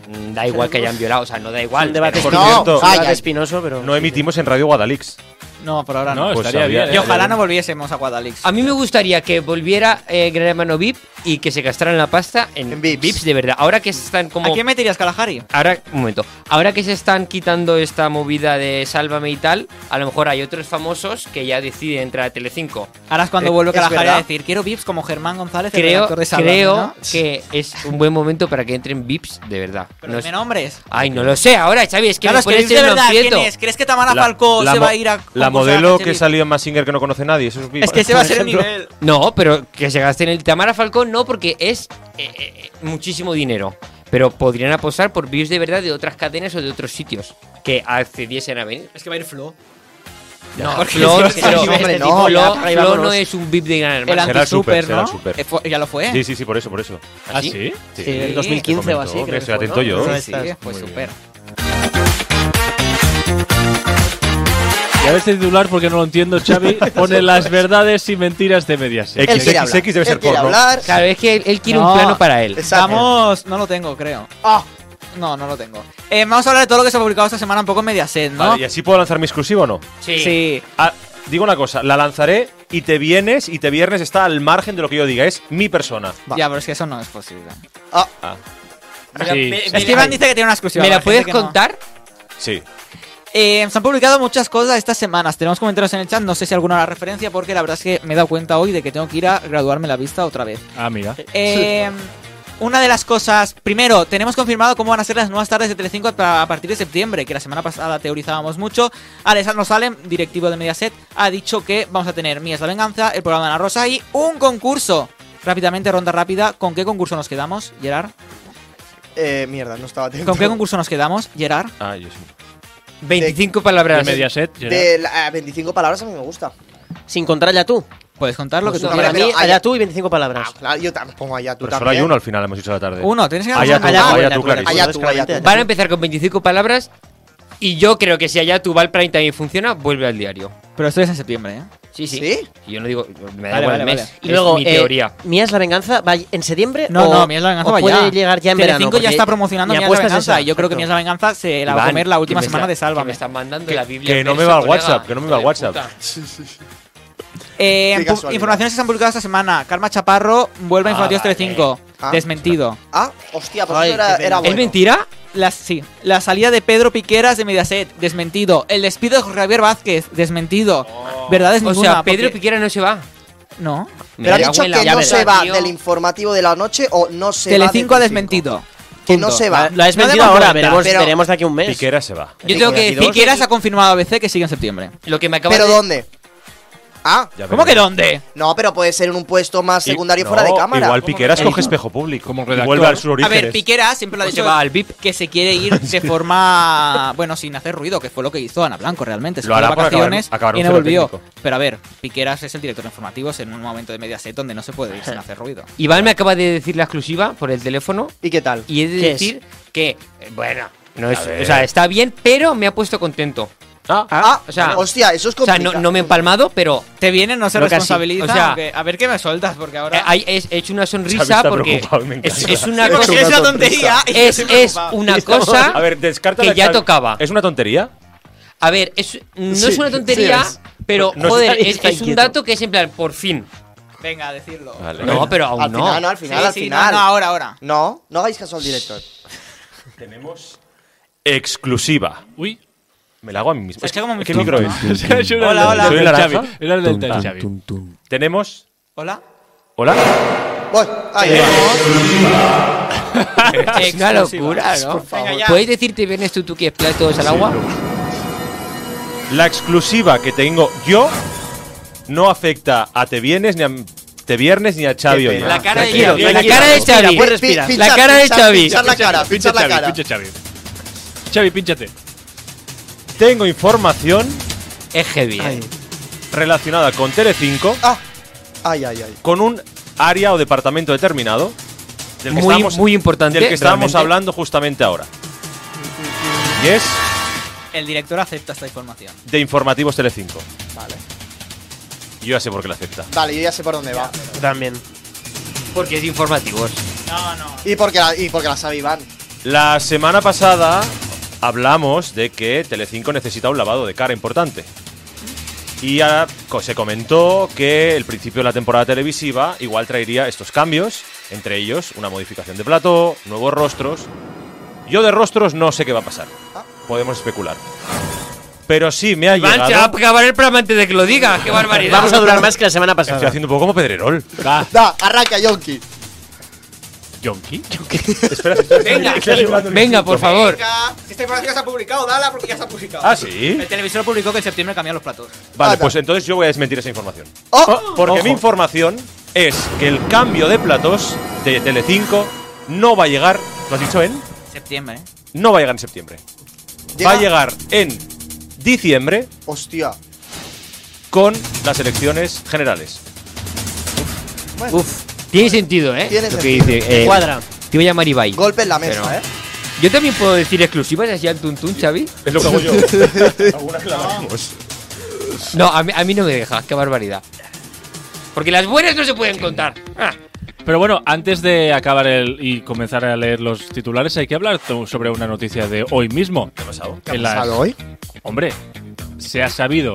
Speaker 4: mm, da igual que hayan violado, o sea, no da
Speaker 7: Un
Speaker 4: igual.
Speaker 7: debate
Speaker 5: Por
Speaker 7: espinoso,
Speaker 5: cierto-
Speaker 7: un debate
Speaker 3: Ay, ay.
Speaker 7: espinoso, pero...
Speaker 5: No emitimos en Radio Guadalix.
Speaker 6: No, por ahora no.
Speaker 2: No,
Speaker 5: Pues
Speaker 2: estaría
Speaker 5: habría-
Speaker 2: bien. ¿eh?
Speaker 6: Y ojalá no volviésemos a Guadalix.
Speaker 4: A mí me gustaría que volviera eh, Gran Hermano VIP y que se gastaran la pasta en,
Speaker 3: En
Speaker 4: VIPs.
Speaker 3: VIPs.
Speaker 4: de verdad. Ahora que se están como.
Speaker 6: ¿A quién meterías, Kalahari?
Speaker 4: Ahora, un momento. Ahora que se están quitando esta movida de Sálvame y tal, a lo mejor hay otros famosos que ya deciden entrar a Telecinco.
Speaker 6: Ahora es cuando
Speaker 4: Eh,
Speaker 6: vuelve
Speaker 7: es
Speaker 6: Kalahari a
Speaker 7: verdad.
Speaker 6: decir, quiero VIPs como Germán González, el
Speaker 4: Creo,
Speaker 6: redactor de Sálvame",
Speaker 4: creo
Speaker 6: ¿no?
Speaker 4: que es un buen momento para que entren VIPs de verdad.
Speaker 6: Pero
Speaker 4: No
Speaker 6: dime
Speaker 4: es-
Speaker 6: nombres.
Speaker 4: Ay, no lo sé. Ahora, Xavi, es que
Speaker 6: claro,
Speaker 4: me
Speaker 6: es que VIPs
Speaker 4: pones
Speaker 6: de
Speaker 4: en un
Speaker 6: verdad, ¿quién
Speaker 4: aprieto.
Speaker 6: es? ¿Crees que Tamara
Speaker 5: La-
Speaker 6: Falcó
Speaker 5: la
Speaker 6: se
Speaker 5: mo-
Speaker 6: va a ir a
Speaker 5: La
Speaker 6: concursar
Speaker 5: modelo
Speaker 6: a
Speaker 5: que
Speaker 6: VIPs?
Speaker 5: salió en Massinger que no conoce nadie. Eso es,
Speaker 6: Es que ese va a ser el nivel.
Speaker 4: No, pero que se gasten el Tamara Falcón no, porque es eh, eh, muchísimo dinero. Pero podrían apostar por views de verdad de otras cadenas o de otros sitios que accediesen a venir.
Speaker 6: Es que va a ir Flo.
Speaker 4: No,
Speaker 6: porque
Speaker 4: Flo,
Speaker 6: es que
Speaker 4: pero-
Speaker 6: este
Speaker 4: Flo-
Speaker 6: tipo-
Speaker 4: Flo-
Speaker 7: no, ya, ahí
Speaker 4: Flo no
Speaker 7: vámonos.
Speaker 4: es un VIP de Gran
Speaker 6: El
Speaker 4: Hermano.
Speaker 5: Será el super,
Speaker 6: anti-super,
Speaker 5: será
Speaker 6: ¿no?
Speaker 5: el super.
Speaker 6: Eh, fue- Ya lo fue.
Speaker 5: Sí, sí, sí, por eso, por eso.
Speaker 2: ¿Ah, sí?
Speaker 5: Sí,
Speaker 6: en
Speaker 5: te
Speaker 7: 2015 o
Speaker 5: comentó,
Speaker 7: así, creo
Speaker 5: que
Speaker 7: que
Speaker 5: Estoy
Speaker 7: fue,
Speaker 5: atento
Speaker 7: ¿no?
Speaker 5: yo.
Speaker 7: Eso
Speaker 6: Sí, Pues
Speaker 7: Estás-
Speaker 6: fue súper.
Speaker 2: Y a ver este titular, porque no lo entiendo, Xavi, pone las verdades y mentiras de Mediaset.
Speaker 3: Él quiere
Speaker 5: XXX
Speaker 3: hablar.
Speaker 5: debe
Speaker 3: Él
Speaker 5: ser
Speaker 3: quiere
Speaker 5: porno.
Speaker 3: hablar.
Speaker 4: Claro, es que él, él quiere
Speaker 6: No.
Speaker 4: un plano para él.
Speaker 3: Exacto.
Speaker 6: Vamos, no lo tengo, creo.
Speaker 5: Ah.
Speaker 6: No, no lo tengo. Eh, vamos a hablar de todo lo que se ha publicado esta semana un poco en Mediaset, ¿no?
Speaker 5: Vale, ¿Y así puedo lanzar mi exclusivo o no?
Speaker 4: Sí.
Speaker 6: Sí.
Speaker 5: Ah, digo una cosa, la lanzaré y te vienes y te viernes está al margen de lo que yo diga. Es mi persona.
Speaker 3: Va.
Speaker 6: Ya, pero es que eso no es posible.
Speaker 3: Ah,
Speaker 2: Sí, sí.
Speaker 6: Es que Iván dice que tiene una exclusiva.
Speaker 4: ¿Me la
Speaker 6: para
Speaker 4: puedes
Speaker 6: gente que no.
Speaker 4: contar?
Speaker 5: Sí.
Speaker 6: Eh, se han publicado muchas cosas estas semanas. Tenemos comentarios en el chat. No sé si alguna la referencia, porque la verdad es que me he dado cuenta hoy de que tengo que ir a graduarme la vista otra vez.
Speaker 2: Ah, mira.
Speaker 6: Eh, una de las cosas, primero, tenemos confirmado cómo van a ser las nuevas tardes de Telecinco para- a partir de septiembre, que la semana pasada teorizábamos mucho. Alessandro Salem, directivo de Mediaset, ha dicho que vamos a tener Mías la Venganza, el programa de Ana Rosa y un concurso. Rápidamente, ronda rápida, ¿con qué concurso nos quedamos, Gerard?
Speaker 3: eh, mierda, no estaba atento.
Speaker 6: ¿Con qué concurso nos quedamos, Gerard?
Speaker 5: Ah, yo sí.
Speaker 4: 25
Speaker 2: De
Speaker 4: palabras.
Speaker 2: Mediaset, Gerard.
Speaker 3: De la- eh, 25 palabras a mí me gusta.
Speaker 7: Sin contar allá tú.
Speaker 6: Puedes contar lo que tú
Speaker 3: Pues
Speaker 7: Para
Speaker 6: quieras.
Speaker 3: Pero
Speaker 7: mí,
Speaker 3: allá-
Speaker 7: allá tú y 25 palabras.
Speaker 3: Ah, claro, yo también pongo allá tú
Speaker 5: Pero solo
Speaker 3: también.
Speaker 5: hay uno al final, hemos dicho la tarde.
Speaker 6: Uno, tienes que
Speaker 5: Allá tú,
Speaker 6: ganar.
Speaker 5: allá tú,
Speaker 3: Allá tú, allá tú.
Speaker 4: Van a empezar con 25 palabras. Y yo creo que si allá tu Val Prime también funciona, vuelve al diario.
Speaker 6: Pero esto es en septiembre, ¿eh?
Speaker 4: Sí, sí.
Speaker 3: ¿Sí?
Speaker 4: Yo no digo, me da
Speaker 6: Vale,
Speaker 4: igual
Speaker 6: vale,
Speaker 4: el mes.
Speaker 6: vale.
Speaker 7: Y
Speaker 4: Es
Speaker 7: luego,
Speaker 4: mi
Speaker 7: eh,
Speaker 4: teoría.
Speaker 7: ¿Mías la venganza va en septiembre?
Speaker 6: No,
Speaker 7: o,
Speaker 6: no, Mías la venganza
Speaker 7: o
Speaker 6: va
Speaker 7: puede
Speaker 6: ya.
Speaker 7: llegar ya en verano?
Speaker 6: Telecinco ya
Speaker 7: Porque
Speaker 6: está promocionando
Speaker 7: mi
Speaker 6: Mías la
Speaker 7: apuesta es
Speaker 6: Venganza.
Speaker 7: esa,
Speaker 6: y yo creo que
Speaker 7: exacto.
Speaker 6: Mías la Venganza se la va a
Speaker 4: Iván,
Speaker 6: comer la última
Speaker 4: que me
Speaker 6: semana
Speaker 4: está-
Speaker 6: de
Speaker 4: que Me
Speaker 6: Sálvame.
Speaker 4: están mandando
Speaker 5: Que-
Speaker 4: la Biblia.
Speaker 5: que
Speaker 4: en
Speaker 5: no me
Speaker 4: verso,
Speaker 5: va al
Speaker 4: colega.
Speaker 5: WhatsApp, que no me va al
Speaker 4: Hijo de
Speaker 5: WhatsApp.
Speaker 4: puta.
Speaker 6: Eh,
Speaker 3: Qué
Speaker 6: pu-
Speaker 3: casualidad.
Speaker 6: informaciones que se han publicado esta semana. Carma Chaparro vuelve a
Speaker 4: Ah,
Speaker 6: Informativos
Speaker 4: vale.
Speaker 6: 35.
Speaker 3: Ah.
Speaker 6: Desmentido.
Speaker 3: Ah, hostia, pues
Speaker 7: Ay,
Speaker 3: eso era,
Speaker 7: qué pena.
Speaker 3: era
Speaker 7: Es
Speaker 3: bueno.
Speaker 4: ¿Es mentira?
Speaker 6: La, sí. La salida de Pedro Piqueras de Mediaset. Desmentido. El despido de Jorge Javier Vázquez. Desmentido.
Speaker 3: Oh.
Speaker 6: ¿Verdad? Es
Speaker 4: O
Speaker 6: ninguna.
Speaker 4: sea, Pedro
Speaker 6: porque-
Speaker 4: Piquera no se va.
Speaker 6: No.
Speaker 4: Me
Speaker 3: Pero ha
Speaker 4: da
Speaker 3: dicho
Speaker 4: abuela,
Speaker 3: que
Speaker 4: ya
Speaker 3: no
Speaker 4: verás,
Speaker 3: se va
Speaker 4: tío.
Speaker 3: del informativo de la noche o no se
Speaker 6: Telecinco
Speaker 3: va.
Speaker 6: ha
Speaker 3: del
Speaker 6: desmentido.
Speaker 3: Que
Speaker 6: Punto.
Speaker 3: no se va.
Speaker 7: Ah, Lo has
Speaker 6: No
Speaker 7: mentido
Speaker 6: demos
Speaker 7: ahora,
Speaker 6: cuenta,
Speaker 7: veremos,
Speaker 3: pero-
Speaker 7: veremos de aquí a un mes.
Speaker 5: Piquera se va.
Speaker 4: Yo tengo que decir que-
Speaker 6: Piqueras ha confirmado a BC que sigue en septiembre.
Speaker 4: Lo que me acaba
Speaker 3: ¿Pero
Speaker 4: de...
Speaker 3: dónde? Ah,
Speaker 5: Ya
Speaker 6: ¿Cómo que
Speaker 5: veremos.
Speaker 6: dónde?
Speaker 3: no, pero puede ser en un puesto más
Speaker 5: Y-
Speaker 3: secundario
Speaker 5: no,
Speaker 3: fuera de cámara.
Speaker 5: Igual Piqueras
Speaker 4: Como-
Speaker 5: coge espejo público.
Speaker 2: como
Speaker 5: y
Speaker 2: redactor.
Speaker 5: vuelve a sus
Speaker 6: A
Speaker 5: orígenes.
Speaker 6: ver, Piqueras siempre lo ha
Speaker 4: O se
Speaker 6: dicho
Speaker 4: va al VIP.
Speaker 6: que se quiere ir de forma, bueno, sin hacer ruido, que fue lo que hizo Ana Blanco realmente. Se
Speaker 5: Lo
Speaker 6: fue de
Speaker 5: hará por acabar-
Speaker 6: vacaciones
Speaker 5: acabar un
Speaker 6: y no
Speaker 5: cero
Speaker 6: volvió.
Speaker 5: técnico.
Speaker 6: Pero a ver, Piqueras es el director de informativos en un momento de Mediaset donde no se puede ir sin hacer ruido.
Speaker 4: Iván me acaba de decir la exclusiva por el teléfono
Speaker 3: ¿Y qué tal?
Speaker 4: y he de
Speaker 7: ¿Qué
Speaker 4: decir que, eh, bueno, no es,
Speaker 5: A ver.
Speaker 4: o sea, está bien, pero me ha puesto contento.
Speaker 5: Ah,
Speaker 3: Ah,
Speaker 4: o sea,
Speaker 3: hostia, eso es
Speaker 4: O sea,
Speaker 3: complicado.
Speaker 4: no, no me he empalmado, pero
Speaker 6: Te viene, no se
Speaker 4: No, casi.
Speaker 6: responsabiliza.
Speaker 4: O sea-
Speaker 6: aunque- a ver qué me sueltas, porque
Speaker 4: eh,
Speaker 6: ahora.
Speaker 4: hay- es- he hecho una sonrisa
Speaker 5: está
Speaker 4: porque
Speaker 5: preocupado y me
Speaker 4: es,
Speaker 5: encanta.
Speaker 4: es una
Speaker 6: Sí, porque
Speaker 4: cosa,
Speaker 6: es una tontería. y yo
Speaker 4: es,
Speaker 6: estoy
Speaker 4: es
Speaker 6: preocupado.
Speaker 4: una cosa.
Speaker 5: A ver, descarta
Speaker 4: que
Speaker 5: la-
Speaker 4: ya tocaba.
Speaker 5: ¿Es una tontería?
Speaker 4: A ver, es, no
Speaker 7: Sí,
Speaker 4: es una tontería,
Speaker 7: sí
Speaker 4: pero
Speaker 5: No,
Speaker 4: joder,
Speaker 7: está-
Speaker 4: es,
Speaker 7: está
Speaker 4: es un
Speaker 7: inquieto.
Speaker 4: dato que es en plan, por fin.
Speaker 6: Venga, decirlo.
Speaker 5: Vale.
Speaker 4: No, pero aún
Speaker 3: Al
Speaker 4: no.
Speaker 3: final, no, al
Speaker 6: Sí,
Speaker 3: final, al
Speaker 6: sí,
Speaker 3: final.
Speaker 6: No, no, ahora, ahora.
Speaker 3: No, no hagáis caso al director.
Speaker 5: Tenemos exclusiva.
Speaker 2: Uy.
Speaker 5: Me la hago a mí mismo.
Speaker 6: Es que como mi
Speaker 5: el micro
Speaker 6: tonto,
Speaker 5: es-
Speaker 2: Era el del
Speaker 6: Hola, hola.
Speaker 2: Xavi,
Speaker 5: ¿Soy el naranja?
Speaker 2: Era el del Xavi.
Speaker 5: Tenemos.
Speaker 6: Hola.
Speaker 5: Hola.
Speaker 3: Voy, ahí.
Speaker 4: Es una locura, ¿no?
Speaker 6: Venga, ya.
Speaker 4: ¿Puedes decirte vienes tú, tú que explotas todos al agua?
Speaker 5: La exclusiva que tengo yo no afecta a Te Vienes, ni a Te Viernes, ni a Xavi.
Speaker 3: Qué
Speaker 5: hoy.
Speaker 3: pena.
Speaker 4: La cara de
Speaker 5: Tranquilo,
Speaker 4: Xavi, la
Speaker 5: tranquilo.
Speaker 4: cara de
Speaker 7: Respira,
Speaker 4: Xavi.
Speaker 3: pues,
Speaker 7: puedes respirar.
Speaker 3: Pi-
Speaker 4: La cara de
Speaker 3: pinchar,
Speaker 4: Xavi.
Speaker 3: Pinchar la cara,
Speaker 2: Pincha
Speaker 3: pinchar la
Speaker 2: Xavi,
Speaker 3: cara.
Speaker 2: pincha Xavi. Xavi, pínchate.
Speaker 5: Tengo información
Speaker 4: Es heavy. eh.
Speaker 5: relacionada con Telecinco,
Speaker 3: Ah, ay, ay, ay.
Speaker 5: con un área o departamento determinado. Del que
Speaker 4: Muy,
Speaker 5: estábamos-
Speaker 4: muy importante.
Speaker 5: Del que estábamos
Speaker 4: realmente.
Speaker 5: hablando justamente ahora. Y es
Speaker 6: El director acepta esta información.
Speaker 5: de Informativos Telecinco.
Speaker 3: Vale.
Speaker 5: Yo ya sé por qué la acepta.
Speaker 3: Vale, yo ya sé por dónde va.
Speaker 7: Yo También.
Speaker 4: Porque es informativo.
Speaker 6: No, no.
Speaker 3: Y porque la, y porque la sabe Iván.
Speaker 5: La semana pasada hablamos de que Telecinco necesita un lavado de cara importante. Y ah, co- se comentó que el principio de la temporada televisiva igual traería estos cambios, entre ellos una modificación de plató, nuevos rostros. Yo de rostros no sé qué va a pasar. Podemos especular. Pero sí, me ha
Speaker 4: Iván, se va a
Speaker 5: llegado.
Speaker 4: acabar el programa antes de que lo digas. ¡Qué barbaridad!
Speaker 7: Eh, Vamos a durar más que la semana
Speaker 5: Estoy
Speaker 7: pasada.
Speaker 5: haciendo un poco como Pedrerol.
Speaker 2: Va,
Speaker 3: Da, arranca, Yonki.
Speaker 2: Ah, Yonki.
Speaker 5: Espera,
Speaker 4: Venga, venga, por favor.
Speaker 6: Si esta información ya se ha publicado, dala porque ya se ha publicado.
Speaker 5: Ah, sí.
Speaker 6: El televisor publicó que en septiembre cambian los platos.
Speaker 5: Vale,
Speaker 3: Anda.
Speaker 5: pues entonces yo voy a desmentir esa información.
Speaker 3: Oh,
Speaker 5: Porque
Speaker 7: Ojo.
Speaker 5: mi información es que el cambio de platos de Telecinco no va a llegar, ¿lo has dicho en?
Speaker 6: Septiembre, ¿eh?
Speaker 5: No va a llegar en septiembre.
Speaker 3: llega-
Speaker 5: Va a llegar en diciembre
Speaker 3: Hostia.
Speaker 5: con las elecciones generales.
Speaker 3: Bueno,
Speaker 4: Uf, tiene sentido, ¿eh?
Speaker 3: Tiene
Speaker 4: Lo que
Speaker 3: sentido.
Speaker 4: dice, eh,
Speaker 7: Cuadra.
Speaker 4: Te voy a llamar Ibai.
Speaker 3: golpe en la mesa,
Speaker 4: Pero-
Speaker 3: ¿eh?
Speaker 4: Yo también puedo decir exclusivas así al tuntún, Xavi.
Speaker 5: Es lo que hago yo.
Speaker 4: No, a mí, a mí no me dejas, qué barbaridad. Porque las buenas no se pueden contar. Ah,
Speaker 2: Pero bueno, antes de acabar el, y comenzar a leer los titulares, hay que hablar to- sobre una noticia de hoy mismo. ¿Qué ha pasado?
Speaker 3: hoy?
Speaker 2: Hombre, se ha sabido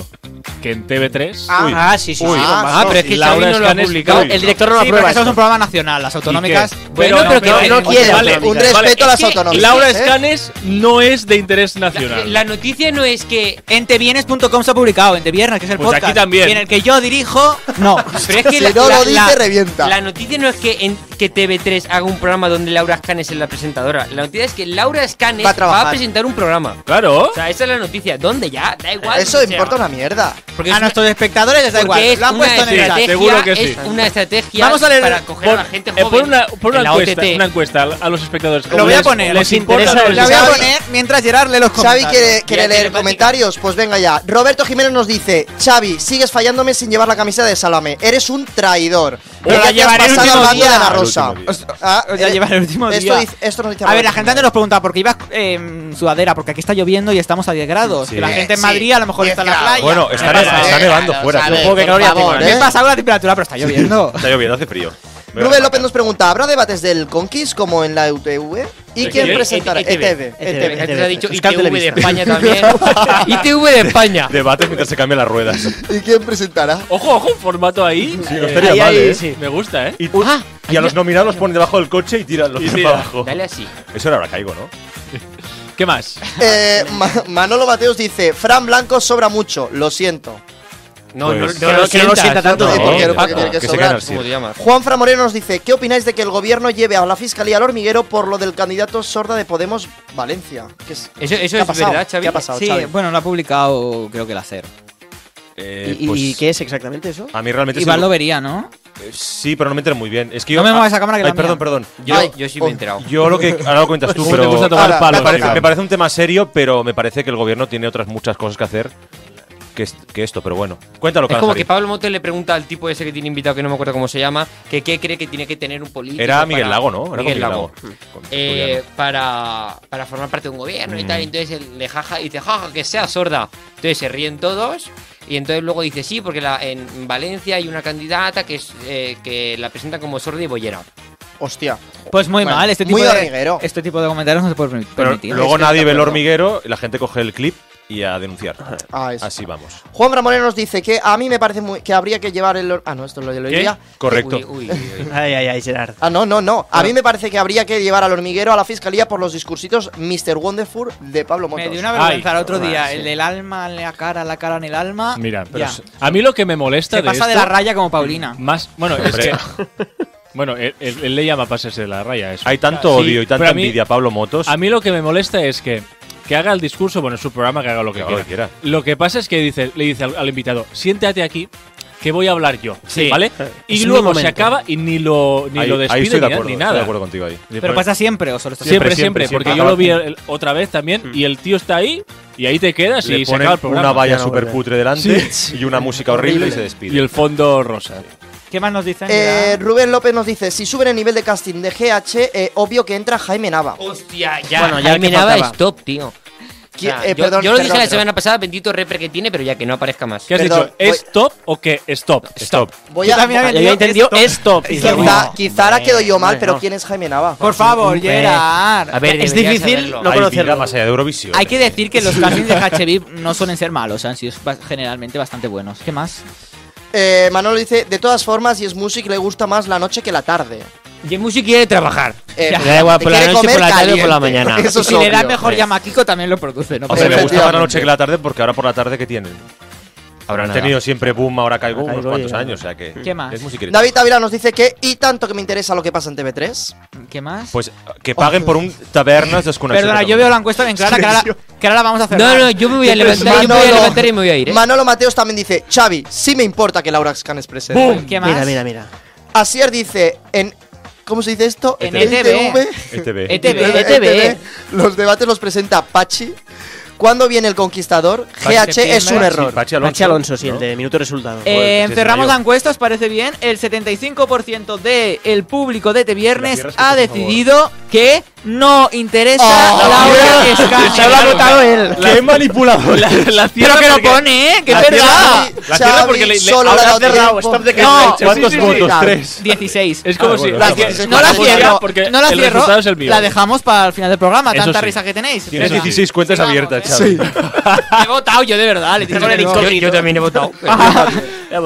Speaker 2: que en TV3
Speaker 5: Uy.
Speaker 7: Ah, sí, sí.
Speaker 5: Uy.
Speaker 7: sí.
Speaker 3: Ah,
Speaker 4: Ah, pero es que
Speaker 2: Laura
Speaker 4: Xavi no lo ha
Speaker 2: Escanes-
Speaker 4: publicado.
Speaker 2: Uy.
Speaker 7: El director no lo
Speaker 6: sí, porque eso
Speaker 7: aprueba.
Speaker 6: es
Speaker 7: esto.
Speaker 6: un programa nacional, las autonómicas.
Speaker 2: ¿Y qué?
Speaker 4: Bueno, pero que
Speaker 2: pero-
Speaker 4: no
Speaker 7: quiere,
Speaker 2: vale,
Speaker 3: un
Speaker 2: vale.
Speaker 3: respeto a las
Speaker 4: Es que
Speaker 3: autonomías.
Speaker 2: Laura
Speaker 3: ¿eh?
Speaker 2: Escanes no es de interés
Speaker 4: La,
Speaker 2: nacional.
Speaker 4: la noticia no es que.
Speaker 6: En teviernes.com se ha publicado, en Teviernes, que es el
Speaker 2: Pues
Speaker 6: podcast.
Speaker 2: aquí también.
Speaker 6: Y en el que yo dirijo, no.
Speaker 4: Pero es que
Speaker 3: Si
Speaker 4: la,
Speaker 3: no
Speaker 4: la-
Speaker 3: lo dice,
Speaker 4: la-
Speaker 3: revienta.
Speaker 4: la noticia no es que, en, que TV3 haga un programa donde Laura Escanes es la presentadora. La noticia es que Laura Escanes va
Speaker 3: Va a
Speaker 4: a,
Speaker 3: trabajar.
Speaker 4: presentar un programa.
Speaker 2: Claro.
Speaker 4: O sea, esa es la noticia. ¿Dónde ya? Da igual.
Speaker 3: Eso
Speaker 4: o sea,
Speaker 3: importa una mierda.
Speaker 4: Porque es
Speaker 7: Ah,
Speaker 6: a
Speaker 4: una-
Speaker 6: nuestros espectadores les da igual.
Speaker 4: Porque es
Speaker 6: Lo han
Speaker 4: una
Speaker 6: puesto en el
Speaker 4: estrategia,
Speaker 6: chat.
Speaker 2: Seguro que sí.
Speaker 4: es una estrategia
Speaker 6: Vamos a leer-
Speaker 4: para coger a la gente
Speaker 2: eh,
Speaker 4: joven.
Speaker 2: pon una, pon una
Speaker 4: en la
Speaker 2: encuesta,
Speaker 4: OTT.
Speaker 2: una encuesta a, a los espectadores.
Speaker 6: Lo voy a
Speaker 2: Les-
Speaker 6: poner,
Speaker 2: Les
Speaker 6: os
Speaker 2: importa
Speaker 7: interesa
Speaker 2: lo que
Speaker 7: el-
Speaker 6: La voy a
Speaker 3: Xavi-
Speaker 6: poner mientras Gerard lee los
Speaker 3: Xavi
Speaker 6: comentarios.
Speaker 3: quiere, quiere
Speaker 4: Ya
Speaker 3: leer
Speaker 4: telepática.
Speaker 3: comentarios, pues venga ya. Roberto Jiménez nos dice, Xavi, sigues fallándome sin llevar la camisa de Salame. Eres un traidor.
Speaker 6: Pero
Speaker 3: Ya
Speaker 6: la
Speaker 3: te has
Speaker 6: llevaré el
Speaker 3: pasado
Speaker 6: último
Speaker 3: hablando
Speaker 6: día.
Speaker 3: de Ana
Speaker 5: El
Speaker 3: Rosa.
Speaker 5: último día.
Speaker 6: Os-
Speaker 3: Ah,
Speaker 6: os la
Speaker 3: eh,
Speaker 6: llevaré el último
Speaker 3: esto
Speaker 6: día.
Speaker 3: dice- esto nos dice
Speaker 6: A ver, la
Speaker 3: Roberto.
Speaker 6: gente nos pregunta, porque ibas eh, en sudadera, porque aquí está lloviendo y estamos a 10 grados.
Speaker 5: Sí.
Speaker 6: Que la gente en
Speaker 3: Sí,
Speaker 6: Madrid a lo mejor
Speaker 3: Diez
Speaker 6: está en la
Speaker 3: grados.
Speaker 6: playa.
Speaker 5: Bueno, está,
Speaker 3: pasa
Speaker 5: neva-
Speaker 3: nada,
Speaker 5: está nevando fuera.
Speaker 3: Xavi,
Speaker 5: Supongo que
Speaker 3: por
Speaker 5: no habría
Speaker 3: favor,
Speaker 5: timón,
Speaker 6: Me
Speaker 5: ¿eh?
Speaker 3: ¿eh?
Speaker 6: pasa algo la temperatura, pero está lloviendo.
Speaker 5: Está lloviendo, hace frío. Me voy a
Speaker 3: Rubén López
Speaker 5: matar.
Speaker 3: nos pregunta, ¿habrá debates del Conquist como en la UTV? ¿Y
Speaker 6: E
Speaker 5: ¿De
Speaker 3: quién
Speaker 5: quién?
Speaker 3: presentará? E ETV.
Speaker 7: ETV.
Speaker 4: Antes
Speaker 7: ETV.
Speaker 4: ha dicho
Speaker 7: Euskal
Speaker 4: ITV de
Speaker 7: Televisión.
Speaker 4: España también. ITV de España.
Speaker 5: Debates mientras se cambian las ruedas.
Speaker 3: ¿Y quién presentará?
Speaker 2: Ojo, ojo, un formato ahí.
Speaker 5: no
Speaker 2: eh,
Speaker 5: estaría
Speaker 7: Ahí,
Speaker 5: mal,
Speaker 7: ahí,
Speaker 5: ¿eh?
Speaker 7: sí.
Speaker 2: Me gusta, ¿eh?
Speaker 5: Y,
Speaker 3: Ah,
Speaker 5: y a los nominados los ponen debajo del coche y tiran los
Speaker 2: Y
Speaker 5: pies
Speaker 2: tira.
Speaker 5: para abajo.
Speaker 4: Dale así.
Speaker 5: Eso era ahora caigo, ¿no?
Speaker 3: Ah,
Speaker 2: ¿Qué más?
Speaker 3: Eh, Ma- Manolo Mateos dice, Fran Blanco sobra mucho, lo siento.
Speaker 4: No,
Speaker 5: Pues- Que
Speaker 4: no, no,
Speaker 7: no- que no lo
Speaker 4: sientas.
Speaker 7: sienta tanto
Speaker 3: de- porque- porque
Speaker 4: Paco,
Speaker 3: tiene que
Speaker 5: ah, se
Speaker 3: sobrar.
Speaker 5: queden al
Speaker 4: ¿Cómo te
Speaker 5: cien.
Speaker 4: llamas?
Speaker 3: Juan Fra Moreno nos dice, ¿qué opináis de que el gobierno lleve a la fiscalía al hormiguero por lo del candidato sorda de Podemos Valencia? ¿Qué es-
Speaker 4: Eso, eso
Speaker 3: ¿Qué ha
Speaker 4: es
Speaker 3: pasado?
Speaker 4: verdad, Ah, Xavi.
Speaker 3: ¿Qué ha pasado,
Speaker 6: Sí,
Speaker 3: Xavi?
Speaker 6: bueno, lo ha publicado, creo que la SER.
Speaker 5: Eh,
Speaker 7: ¿Y,
Speaker 5: pues,
Speaker 7: y qué es exactamente eso?
Speaker 5: A mí realmente
Speaker 6: Iván
Speaker 5: sí-
Speaker 6: lo vería, ¿no?
Speaker 5: Eh, Sí, pero no me enteré muy bien. Es que
Speaker 6: No
Speaker 5: yo.
Speaker 6: me
Speaker 5: ah,
Speaker 6: muevas esa cámara que
Speaker 5: ay,
Speaker 6: la mía.
Speaker 5: perdón, perdón.
Speaker 4: Yo,
Speaker 3: Ay,
Speaker 4: yo sí
Speaker 3: oh,
Speaker 4: me he enterado.
Speaker 5: Yo lo que. Ahora lo cuentas tú,
Speaker 2: ¿Cómo
Speaker 5: pero.
Speaker 2: te gusta
Speaker 3: ahora,
Speaker 2: tomar
Speaker 3: me
Speaker 2: palos?
Speaker 5: me, parece,
Speaker 2: tío?
Speaker 5: me parece un tema serio, pero me parece que el gobierno tiene otras muchas cosas que hacer que, es- que esto, pero bueno. Cuéntalo,
Speaker 4: Es como que
Speaker 5: Carlos.
Speaker 4: Pablo Mote le pregunta al tipo ese que tiene invitado, que no me acuerdo cómo se llama, que qué cree que tiene que tener un político.
Speaker 5: Era Miguel
Speaker 4: para-
Speaker 5: Lago, ¿no? Era con
Speaker 4: Miguel Lago.
Speaker 5: Con-
Speaker 4: Eh, para, para formar parte de un gobierno y
Speaker 3: Mm.
Speaker 4: tal. Entonces él le jaja y dice, jaja, que sea sorda. Entonces se ríen todos. Y entonces luego dice, sí, porque la- en Valencia hay una candidata que, es, eh, que la presenta como sorda y bollera.
Speaker 3: Hostia.
Speaker 6: Pues muy
Speaker 3: Bueno,
Speaker 6: mal, este tipo,
Speaker 3: muy
Speaker 6: de,
Speaker 3: hormiguero.
Speaker 6: este tipo de comentarios no se puede permi-
Speaker 5: Pero
Speaker 6: permitir.
Speaker 5: luego
Speaker 3: Estoy de
Speaker 5: nadie ve el
Speaker 3: acuerdo.
Speaker 5: hormiguero, y la gente coge el clip y a denunciar.
Speaker 3: Ah, eso.
Speaker 5: Así vamos.
Speaker 3: Juan Fra Moreno nos dice que a mí me parece muy, que habría que llevar el... hor- Ah, no, esto lo, lo diría.
Speaker 5: Correcto.
Speaker 4: Uy, uy, uy.
Speaker 7: Ay, ay, ay, Gerard.
Speaker 3: Ah, no, no, no. A mí me parece que habría que llevar al hormiguero a la fiscalía por los discursitos Mr. Wonderful de Pablo Motos.
Speaker 6: Me dio una
Speaker 2: Ay,
Speaker 6: vergüenza el otro día.
Speaker 4: sí.
Speaker 6: El del alma en la cara, la cara en el alma.
Speaker 2: Mira,
Speaker 6: Ya.
Speaker 2: pero es- a mí lo que me molesta
Speaker 6: se
Speaker 2: de
Speaker 6: pasa de
Speaker 2: esto- Mm,
Speaker 6: la raya como Paulina.
Speaker 2: Más, bueno, es
Speaker 5: Hombre.
Speaker 2: que. Bueno, él, él- él le llama pasarse de la raya. Eso.
Speaker 5: Hay tanto
Speaker 2: Sí,
Speaker 5: odio y
Speaker 2: pero
Speaker 5: tanta
Speaker 2: a mí-
Speaker 5: envidia a Pablo Motos.
Speaker 2: A mí lo que me molesta es que, que haga el discurso, bueno, es su programa, que haga lo que,
Speaker 5: Que haga
Speaker 2: quiera.
Speaker 5: lo que quiera.
Speaker 2: Lo que pasa es que dice, le dice al, al invitado, siéntate aquí, que voy a hablar yo,
Speaker 4: Sí.
Speaker 2: ¿vale? Y
Speaker 7: Es mi
Speaker 2: luego se
Speaker 7: momento.
Speaker 2: acaba y ni lo, ni
Speaker 5: Ahí-
Speaker 2: lo
Speaker 5: ahí
Speaker 2: despide
Speaker 5: estoy de
Speaker 2: ni,
Speaker 5: acuerdo,
Speaker 2: ni
Speaker 5: estoy
Speaker 2: nada.
Speaker 5: de acuerdo contigo ahí.
Speaker 6: Pero pasa siempre, o solo está
Speaker 2: Siempre, siempre,
Speaker 5: pues Siempre,
Speaker 2: porque
Speaker 5: siempre. Mm.
Speaker 2: yo lo vi el- otra vez también y el tío está ahí y ahí te quedas
Speaker 5: Le
Speaker 2: y se
Speaker 5: ponen
Speaker 2: acaba el programa.
Speaker 5: una valla
Speaker 7: Ya no
Speaker 5: super
Speaker 7: vuelve.
Speaker 5: putre delante y una música horrible y se despide.
Speaker 2: y el fondo rosa.
Speaker 6: ¿Qué más nos dicen?
Speaker 3: Eh,
Speaker 6: Gerard?
Speaker 3: Rubén López nos dice, si suben el nivel de casting de GH, eh, obvio que entra Jaime Nava.
Speaker 4: Hostia, ya.
Speaker 7: Bueno, ya
Speaker 4: Jaime
Speaker 7: que
Speaker 4: Nava
Speaker 7: faltaba.
Speaker 4: es top, tío.
Speaker 3: Qui-
Speaker 4: O sea,
Speaker 3: eh,
Speaker 4: yo,
Speaker 3: perdón,
Speaker 4: yo lo dije
Speaker 3: perdón,
Speaker 4: la semana pasada, bendito repre que tiene, pero ya que no aparezca más.
Speaker 2: ¿Qué has
Speaker 3: Perdón,
Speaker 2: dicho? ¿Es top o qué? Stop.
Speaker 5: Stop.
Speaker 3: Voy
Speaker 6: Yo
Speaker 3: a,
Speaker 6: también había
Speaker 7: Yo había entendido esto.
Speaker 6: esto.
Speaker 7: Dice,
Speaker 3: quizá
Speaker 7: "Oh,
Speaker 3: quizá ahora quedo yo mal,
Speaker 7: hombre,
Speaker 3: pero
Speaker 7: no".
Speaker 3: ¿quién es Jaime Nava?
Speaker 6: Por favor,
Speaker 7: Hombre.
Speaker 6: Gerard.
Speaker 4: A ver,
Speaker 7: Es
Speaker 4: deberías
Speaker 7: difícil
Speaker 4: saberlo.
Speaker 7: no
Speaker 5: Ay,
Speaker 7: conocerlo.
Speaker 5: mira, más allá de Eurovisión.
Speaker 6: Hay que decir que los castings de HB no suelen ser malos, han sido ba- generalmente bastante buenos. ¿Qué más?
Speaker 3: Eh, Manolo dice, de todas formas, Yes Music le gusta más la noche que la tarde.
Speaker 4: Y el Musi quiere trabajar.
Speaker 3: Eh,
Speaker 8: Me da igual, por la
Speaker 3: quiere
Speaker 8: noche,
Speaker 3: comer
Speaker 8: por la tarde o por la
Speaker 3: caliente.
Speaker 8: mañana.
Speaker 3: Eso es
Speaker 6: si le da
Speaker 3: obvio.
Speaker 6: mejor llama Kiko, también lo produce, ¿no?
Speaker 5: Hombre, me gusta
Speaker 6: pasa
Speaker 5: más la
Speaker 3: Efectivamente.
Speaker 5: noche que la tarde porque ahora por la tarde que tienen. Habrán
Speaker 8: nada.
Speaker 5: tenido siempre boom, ahora caigo
Speaker 8: Ahora
Speaker 5: unos
Speaker 8: caigo,
Speaker 5: cuantos
Speaker 8: ya.
Speaker 5: años, o sea que.
Speaker 6: ¿Qué más?
Speaker 5: Es musiquero.
Speaker 3: David Tavira nos dice que, y tanto que me interesa lo que pasa en TV3.
Speaker 6: nada. ¿Qué más?
Speaker 5: Pues que paguen por un tabernas desconocido.
Speaker 6: Perdona, yo veo la encuesta bien clara que ahora, que ahora la vamos a hacer.
Speaker 4: No, no, yo me voy a levantar, yo me voy a
Speaker 3: Manolo-
Speaker 4: levantar y me voy a ir. ¿eh?
Speaker 3: Manolo Mateos también dice, Xavi, sí me importa que Laura Scan es presente.
Speaker 6: ¿Qué más?
Speaker 7: Mira, mira, mira.
Speaker 3: Asier dice, en... ¿Cómo se dice esto?
Speaker 6: En ETV.
Speaker 5: ETV.
Speaker 6: ETV. Eh,
Speaker 3: Los debates los presenta Pachi. ¿Cuándo viene el conquistador? GH es un
Speaker 6: septiembre.
Speaker 3: error.
Speaker 5: Ah, Pachi Alonso.
Speaker 7: Pachi Alonso, sí,
Speaker 5: ¿no?
Speaker 7: el de minuto resultado.
Speaker 5: Eh, Joder,
Speaker 6: Eh,
Speaker 5: sí,
Speaker 6: cerramos
Speaker 5: señor.
Speaker 6: la encuesta, ¿os parece bien? El 75% del público de Te Viernes
Speaker 5: La cierras,
Speaker 6: ha
Speaker 5: por favor.
Speaker 6: decidido que no interesa Laura Escáner.
Speaker 7: Se lo ha votado él.
Speaker 5: ¡Qué manipulador!
Speaker 2: La
Speaker 6: Pero que lo
Speaker 2: porque-
Speaker 6: pone, ¿eh? ¡Qué
Speaker 2: La
Speaker 6: verdad!
Speaker 3: Xavi,
Speaker 2: La cierra
Speaker 3: Xavi
Speaker 2: porque le- le-
Speaker 3: solo
Speaker 2: habrá
Speaker 3: le ha dado
Speaker 2: cerrado,
Speaker 3: tiempo.
Speaker 2: stop de que-
Speaker 6: No.
Speaker 5: ¿Cuántos
Speaker 2: Sí, sí, sí,
Speaker 5: votos?
Speaker 3: claro.
Speaker 5: Tres.
Speaker 6: 16.
Speaker 2: Es como
Speaker 5: Ah, bueno,
Speaker 2: si.
Speaker 5: la-
Speaker 2: es como
Speaker 6: No la
Speaker 2: si fuera
Speaker 6: cierro,
Speaker 2: porque
Speaker 6: no la
Speaker 2: el
Speaker 6: cierro.
Speaker 2: resultado es el mío.
Speaker 6: La dejamos para el final del programa,
Speaker 2: Eso
Speaker 6: tanta
Speaker 2: sí.
Speaker 6: risa que tenéis.
Speaker 5: Tienes
Speaker 2: Eso sí.
Speaker 5: 16 cuentas
Speaker 6: Sigamos,
Speaker 5: abiertas,
Speaker 6: ¿eh?
Speaker 5: Xavi.
Speaker 6: He votado yo de verdad, le digo con el
Speaker 4: yo,
Speaker 6: incógnito.
Speaker 4: yo también he votado.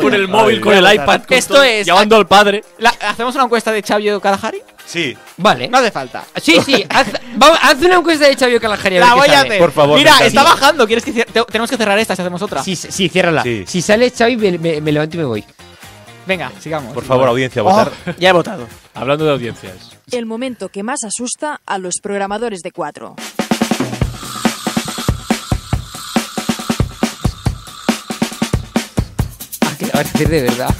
Speaker 2: Con el móvil, con el iPad. con
Speaker 6: Esto
Speaker 2: todo,
Speaker 6: es-
Speaker 2: Llamando al padre.
Speaker 6: La- ¿Hacemos una encuesta de Chavio Kalahari?
Speaker 5: Sí.
Speaker 4: Vale.
Speaker 6: No hace falta.
Speaker 4: Sí, sí, haz, vamos, haz una encuesta de Xavi Calajari.
Speaker 6: La voy a hacer.
Speaker 5: Por favor, me
Speaker 6: Mira,
Speaker 5: encanta.
Speaker 6: está bajando. ¿Quieres que cier- te- tenemos que cerrar esta si hacemos otra?
Speaker 4: Sí, sí, ciérrala.
Speaker 5: Sí.
Speaker 4: Si sale Xavi, me, me- me levanto y me voy.
Speaker 6: Venga, sigamos.
Speaker 5: Por favor, audiencia, votar.
Speaker 7: Ya he votado.
Speaker 2: Hablando de audiencias.
Speaker 1: El momento que más asusta a los programadores de 4.
Speaker 4: Ah, que la vas a hacer de verdad.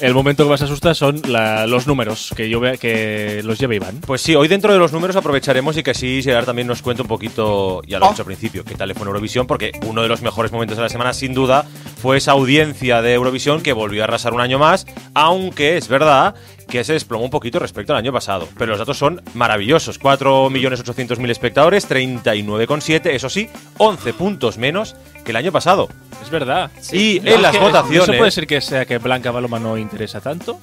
Speaker 2: El momento que más asusta son la- los números que yo vea que los lleva Iván.
Speaker 5: Pues sí, hoy dentro de los números aprovecharemos y que así Gerard también nos cuente un poquito, ya
Speaker 4: Oh.
Speaker 5: lo he dicho al principio, qué tal le fue en Eurovisión, porque uno de los mejores momentos de la semana, sin duda, fue esa audiencia de Eurovisión que volvió a arrasar un año más, aunque es verdad que se desplomó un poquito respecto al año pasado. Pero los datos son maravillosos, 4.800.000 espectadores, 39,7, eso sí, 11 puntos menos que el año pasado.
Speaker 2: Es verdad.
Speaker 5: y en las
Speaker 2: Es que-
Speaker 5: votaciones...
Speaker 2: ¿Eso puede ser que sea que Blanca Paloma no interesa tanto?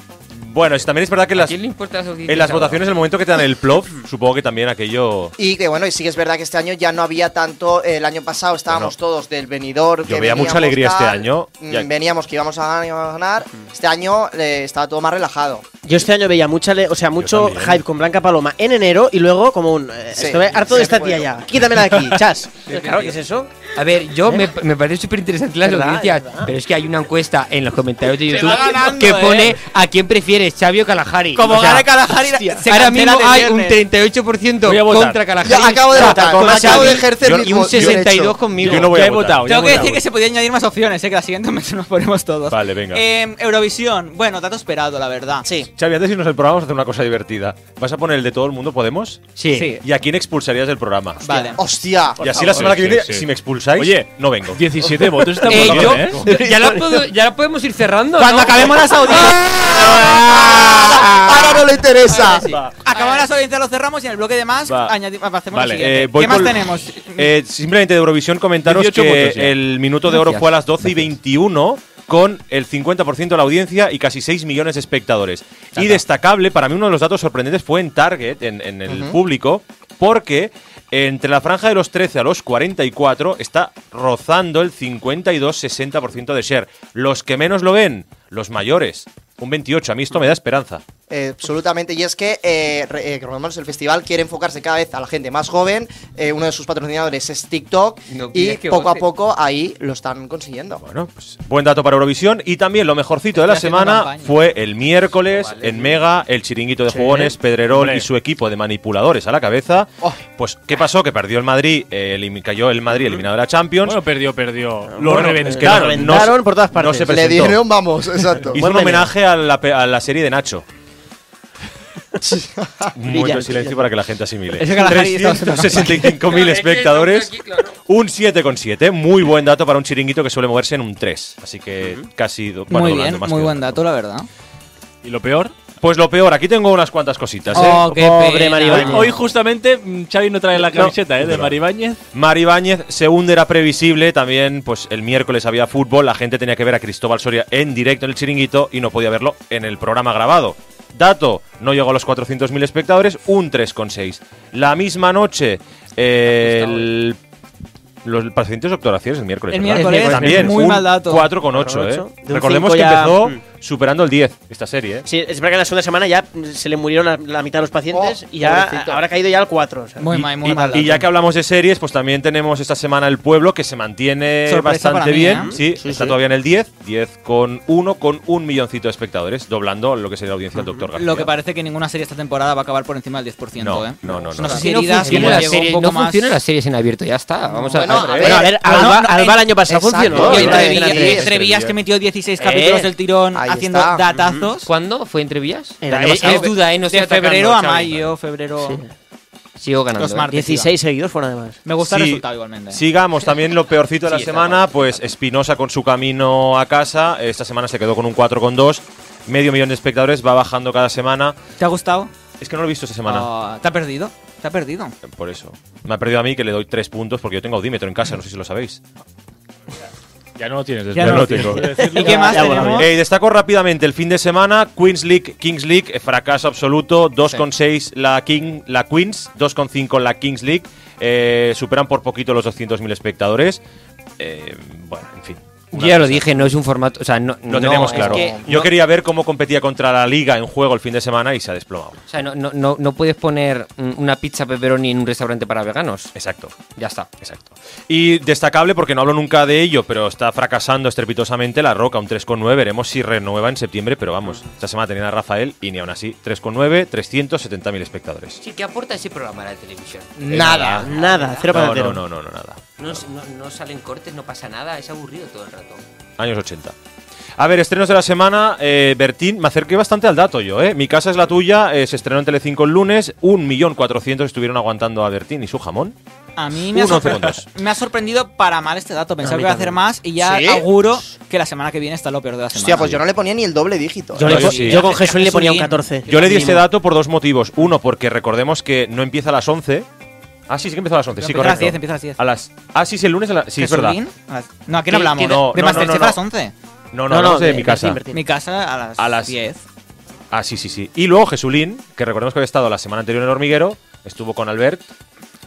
Speaker 5: Bueno, es- también es verdad que en
Speaker 4: ¿A
Speaker 5: las,
Speaker 4: quién le importa las audiencias?
Speaker 5: en las
Speaker 4: ahora?
Speaker 5: votaciones, el momento que te dan el plop, supongo que también aquello...
Speaker 3: Y que bueno, y sí que es verdad que este año ya no había tanto. eh, El año pasado estábamos
Speaker 5: Bueno,
Speaker 3: todos del venidor.
Speaker 5: yo
Speaker 3: que
Speaker 5: veía
Speaker 3: veníamos
Speaker 5: mucha alegría este
Speaker 3: tal,
Speaker 5: año,
Speaker 3: mm,
Speaker 5: ya- Mm.
Speaker 3: Veníamos que íbamos a ganar. Este año eh, estaba todo más relajado.
Speaker 7: Yo este año veía mucha, le- o sea, mucho
Speaker 5: también.
Speaker 7: hype con Blanca Paloma en enero y luego como un eh,
Speaker 3: Sí,
Speaker 7: estoy harto de
Speaker 3: sí,
Speaker 7: esta
Speaker 3: bueno.
Speaker 7: tía ya. Quítamela de aquí, chas. claro, ¿qué es eso?
Speaker 4: A ver, yo me, me parece súper interesante las
Speaker 7: Es verdad,
Speaker 4: audiencias,
Speaker 7: es verdad.
Speaker 4: pero es que hay una encuesta en los comentarios de
Speaker 6: Se
Speaker 4: YouTube
Speaker 6: va ganando,
Speaker 4: que
Speaker 6: eh.
Speaker 4: pone a quién prefieres, Xavi o Calajari.
Speaker 6: Como
Speaker 4: O sea,
Speaker 6: gane Kalahari, se
Speaker 4: ahora
Speaker 6: cancela
Speaker 4: mismo
Speaker 6: Te
Speaker 4: hay
Speaker 6: Viernes.
Speaker 4: un 38%
Speaker 2: Voy a votar.
Speaker 4: contra Calajari.
Speaker 3: Yo acabo de
Speaker 4: Contra
Speaker 3: votar.
Speaker 4: Paloma,
Speaker 3: Acabo de
Speaker 4: Xavi,
Speaker 3: ejercer
Speaker 5: yo-
Speaker 3: mi
Speaker 4: Y un
Speaker 3: voto, yo he hecho.
Speaker 4: 62 conmigo.
Speaker 5: Yo no voy
Speaker 2: Ya
Speaker 5: a
Speaker 2: he votado.
Speaker 5: votar.
Speaker 2: ya
Speaker 6: Tengo
Speaker 2: he
Speaker 6: que
Speaker 2: votado.
Speaker 6: decir que se podía añadir más opciones, eh, que la siguiente mes nos ponemos todos.
Speaker 5: Vale, venga.
Speaker 6: Eh, Eurovisión, bueno, dato esperado, la verdad.
Speaker 7: Sí.
Speaker 5: Xavi, antes de irnos al programa vamos a hacer una cosa divertida. Vas a poner el de todo el mundo, ¿podemos?
Speaker 4: Sí.
Speaker 6: Sí.
Speaker 5: ¿Y a quién expulsarías del programa?
Speaker 6: Vale.
Speaker 3: Hostia.
Speaker 5: Y así la semana que
Speaker 2: Sí,
Speaker 5: viene,
Speaker 2: sí.
Speaker 5: si me expulsáis,
Speaker 2: Oye,
Speaker 5: no vengo.
Speaker 2: 17 votos está
Speaker 4: Eh,
Speaker 2: muy bien,
Speaker 4: yo-
Speaker 2: ¿eh?
Speaker 4: ya, la puedo- ya la podemos ir cerrando.
Speaker 6: Cuando
Speaker 4: ¿no?
Speaker 6: acabemos las audiencias.
Speaker 2: Ah,
Speaker 3: Ahora no le interesa.
Speaker 4: Sí.
Speaker 6: Acabamos las audiencias, lo cerramos y en el bloque de más
Speaker 5: Va.
Speaker 6: añadimos, hacemos lo
Speaker 2: Vale,
Speaker 6: siguiente.
Speaker 5: Eh, voy
Speaker 6: ¿Qué más
Speaker 5: con-
Speaker 6: tenemos?
Speaker 5: Eh, simplemente de Eurovisión comentaros
Speaker 2: 18
Speaker 5: que
Speaker 2: votos ya.
Speaker 5: el minuto de oro
Speaker 4: Gracias.
Speaker 5: fue a las 12 y 21 con el 50% de la audiencia y casi 6 millones de espectadores. Y destacable, para mí uno de los datos sorprendentes fue en Target, en, en el público, porque entre la franja de los 13 a los 44 está rozando el 52-60% de share. Los que menos lo ven, los mayores. Un 28, a mí esto me da esperanza.
Speaker 3: Eh, absolutamente. Y es que, eh, re- eh, recordemos, el festival quiere enfocarse cada vez a la gente más joven. Eh, uno de sus patrocinadores es TikTok.
Speaker 4: No
Speaker 3: y
Speaker 4: pides que
Speaker 3: poco a
Speaker 4: vote.
Speaker 3: poco ahí lo están consiguiendo.
Speaker 5: Bueno, pues buen dato para Eurovisión. Y también lo mejorcito de la
Speaker 6: Estoy haciendo
Speaker 5: semana
Speaker 6: campaña.
Speaker 5: fue el miércoles en Mega, el chiringuito de jugones, Pedrerol
Speaker 2: Hombre.
Speaker 5: y su equipo de manipuladores a la cabeza.
Speaker 3: Oh.
Speaker 5: Pues, ¿qué pasó? Que perdió el Madrid, eh, elim- cayó el Madrid eliminado de la Champions.
Speaker 2: Bueno, perdió, perdió. Lo
Speaker 5: Bueno, eh,
Speaker 2: reventaron.
Speaker 5: es que claro, no se-
Speaker 7: reventaron por todas
Speaker 5: No
Speaker 7: partes.
Speaker 5: se
Speaker 7: Le
Speaker 3: Le
Speaker 5: presentó.
Speaker 3: dieron, vamos, exacto.
Speaker 5: Hizo
Speaker 7: Buen
Speaker 5: un
Speaker 7: meneo.
Speaker 5: homenaje a la, pe- a la serie de Nacho. Un momento de
Speaker 7: Brillante,
Speaker 5: silencio para que la gente asimile.
Speaker 6: Ese Kalahari estaba haciendo
Speaker 5: 365.000 espectadores. Un 7,7. Muy buen dato para un chiringuito que suele moverse en un 3. Así que casi. do- bueno,
Speaker 6: muy
Speaker 5: doblando
Speaker 6: bien,
Speaker 5: más
Speaker 6: muy
Speaker 5: que
Speaker 6: buen
Speaker 5: doblando.
Speaker 6: dato, la verdad.
Speaker 2: ¿Y lo peor?
Speaker 5: Pues lo peor, aquí tengo unas cuantas cositas. ¿eh?
Speaker 4: Oh, qué
Speaker 7: Pobre
Speaker 4: pena.
Speaker 7: Maribel.
Speaker 2: Hoy,
Speaker 7: Ibáñez.
Speaker 2: hoy justamente mm, Xavi no trae la camiseta ¿eh? de Maribáñez.
Speaker 5: Mari Ibáñez, segundo era previsible, también pues el miércoles había fútbol, la gente tenía que ver a Cristóbal Soria en directo en el chiringuito y no podía verlo en el programa grabado. Dato, no llegó a los 400.000 espectadores, un 3,6. La misma noche, eh, el... Los pacientes doctoraciones el miércoles.
Speaker 6: El
Speaker 5: ¿verdad?
Speaker 6: miércoles,
Speaker 5: también.
Speaker 6: muy
Speaker 5: un
Speaker 6: mal dato.
Speaker 5: 4,8, ¿eh?
Speaker 7: 4,8. De un
Speaker 5: Recordemos
Speaker 7: 5
Speaker 5: que
Speaker 7: ya-
Speaker 5: empezó
Speaker 7: Mm.
Speaker 5: superando el 10 esta serie, ¿eh?
Speaker 7: Sí, es verdad que la segunda semana ya mm, se le murieron la, la mitad de los pacientes
Speaker 3: Oh,
Speaker 7: y ya
Speaker 3: pobrecito.
Speaker 7: habrá caído ya al 4.
Speaker 6: Muy
Speaker 5: Y-
Speaker 6: mal, muy
Speaker 5: y,
Speaker 6: mal.
Speaker 5: y
Speaker 6: dato.
Speaker 5: ya que hablamos de series, pues también tenemos esta semana El Pueblo, que se mantiene
Speaker 6: Sorpresa para
Speaker 5: bastante
Speaker 6: mí,
Speaker 5: bien.
Speaker 6: ¿eh?
Speaker 5: Sí,
Speaker 3: Sí,
Speaker 5: está
Speaker 3: sí.
Speaker 5: todavía en el 10, 10 con 1, con un milloncito de espectadores, doblando lo que sería la audiencia del Doctor García.
Speaker 6: Lo que parece que ninguna serie esta temporada va a acabar por encima del 10%,
Speaker 5: No,
Speaker 6: ¿eh?
Speaker 5: no, no, no.
Speaker 6: sé
Speaker 5: Es
Speaker 6: si
Speaker 4: no
Speaker 6: heridas,
Speaker 4: funcionan
Speaker 6: como
Speaker 4: las
Speaker 6: llegó un
Speaker 4: series,
Speaker 6: poco
Speaker 4: no
Speaker 6: más-
Speaker 4: funcionan las series en abierto, ya está. Vamos
Speaker 3: Bueno,
Speaker 4: a
Speaker 3: a
Speaker 4: ver.
Speaker 3: ver.
Speaker 7: Bueno, a ver,
Speaker 6: Bueno,
Speaker 7: Alba,
Speaker 6: no,
Speaker 7: Alba el año pasado
Speaker 3: exacto.
Speaker 7: funcionó.
Speaker 3: No,
Speaker 6: Oye,
Speaker 3: Oye,
Speaker 7: Alba de
Speaker 6: Trevi-
Speaker 7: Antena
Speaker 6: Trevi-
Speaker 7: tres.
Speaker 6: Trevillas que metió 16 capítulos
Speaker 7: Eh,
Speaker 6: del tirón
Speaker 3: ahí
Speaker 6: haciendo
Speaker 3: está.
Speaker 6: datazos.
Speaker 4: ¿Cuándo fue entre vías?
Speaker 7: El año
Speaker 4: Eh,
Speaker 7: pasado.
Speaker 4: Es duda, ¿eh? No
Speaker 6: de
Speaker 4: estoy
Speaker 6: febrero a
Speaker 4: atacando, Xavi.
Speaker 6: mayo, febrero.
Speaker 4: Sigo ganando.
Speaker 6: Los
Speaker 4: ¿eh?
Speaker 6: martes.
Speaker 7: 16 seguidos fueron además.
Speaker 6: Me gusta
Speaker 5: Sí,
Speaker 6: el resultado igualmente.
Speaker 5: Sigamos también lo peorcito de la
Speaker 4: Sí, está
Speaker 5: semana,
Speaker 4: mal.
Speaker 5: pues Espinosa con su camino a casa. Esta semana se quedó con un 4,2. Medio millón de espectadores, va bajando cada semana.
Speaker 6: ¿Te ha gustado?
Speaker 5: Es que no lo he visto esta semana.
Speaker 6: Ah, ¿Te ha perdido? ¿Te ha perdido?
Speaker 5: Por eso. Me ha perdido a mí que le doy 3 puntos porque yo tengo audímetro en casa, no sé si lo sabéis.
Speaker 2: Ya no lo tienes.
Speaker 6: Ya
Speaker 2: después.
Speaker 6: no lo
Speaker 5: tengo.
Speaker 2: Quiero decirlo.
Speaker 6: ¿Y qué más
Speaker 7: ya, bueno,
Speaker 6: tenemos?
Speaker 5: Eh, destaco rápidamente el fin de semana, Queens League, Kings League, eh, fracaso absoluto, 2,6 la, King, la Queens, 2,5 la Kings League, eh, superan por poquito los 200.000 espectadores. Eh, bueno, en fin.
Speaker 4: Yo ya lo dije, no es un formato. O sea, no,
Speaker 5: Lo
Speaker 4: no,
Speaker 5: tenemos
Speaker 4: es
Speaker 5: claro.
Speaker 4: que
Speaker 5: Yo
Speaker 4: no-
Speaker 5: quería ver cómo competía contra la liga en juego el fin de semana y se ha desplomado.
Speaker 4: O sea, no, no, no, no puedes poner mm, una pizza pepperoni en un restaurante para veganos.
Speaker 5: Exacto.
Speaker 4: Ya está.
Speaker 5: Exacto. Y destacable, porque no hablo nunca de ello, pero está fracasando estrepitosamente La Roca, un 3,9. Veremos si renueva en septiembre, pero vamos, esta semana tenía a Rafael y ni aún así. 3,9, 370.000 espectadores.
Speaker 4: Sí, ¿qué aporta ese programa a la televisión?
Speaker 7: Nada, nada, cero para
Speaker 5: No, no, no, no, no, nada.
Speaker 4: No, no, no salen cortes, no pasa nada, es aburrido todo el rato.
Speaker 5: Años 80. A ver, estrenos de la semana. eh, Bertín, me acerqué bastante al dato yo, ¿eh? Mi casa es la tuya, eh, se estrenó en Telecinco el lunes. 1.400.000 estuvieron aguantando a Bertín y su jamón.
Speaker 6: A mí me ha,
Speaker 5: Uno,
Speaker 6: sorpre-
Speaker 5: segundos.
Speaker 6: me ha sorprendido para mal este dato. Pensaba
Speaker 7: A
Speaker 6: que
Speaker 7: mí
Speaker 6: iba a
Speaker 7: también.
Speaker 6: hacer más y ya
Speaker 3: ¿Sí?
Speaker 6: auguro que la semana que viene está lo peor de la semana.
Speaker 3: Hostia, pues yo no le ponía ni el doble dígito.
Speaker 7: Yo,
Speaker 5: le-
Speaker 3: ¿eh?
Speaker 5: Yo sí.
Speaker 7: con Jesús le ponía un
Speaker 6: Jesulín.
Speaker 7: 14.
Speaker 5: Yo le di
Speaker 7: Mínimo.
Speaker 5: este dato por dos motivos. Uno, porque recordemos que no empieza a las 11. Ah, sí, sí que empieza a las 11,
Speaker 6: Pero
Speaker 5: sí,
Speaker 6: empieza a las
Speaker 5: correcto.
Speaker 6: 10, empieza a las 10.
Speaker 5: A las- Ah, sí, sí, el lunes a la- Sí, es verdad.
Speaker 6: Jesulín, a las- Ah, No, aquí no
Speaker 5: ¿Qué-
Speaker 6: hablamos.
Speaker 5: qué- no,
Speaker 6: de
Speaker 5: no,
Speaker 6: Masterchef
Speaker 5: no, no,
Speaker 6: a las 11.
Speaker 5: No, no, no, de mi
Speaker 7: Bertín,
Speaker 5: casa.
Speaker 7: Bertín.
Speaker 6: Mi casa a las,
Speaker 5: A las-
Speaker 6: 10.
Speaker 5: Ah, sí, sí, sí. Y luego Jesulín, que recordemos que había estado la semana anterior en el hormiguero, estuvo con Albert.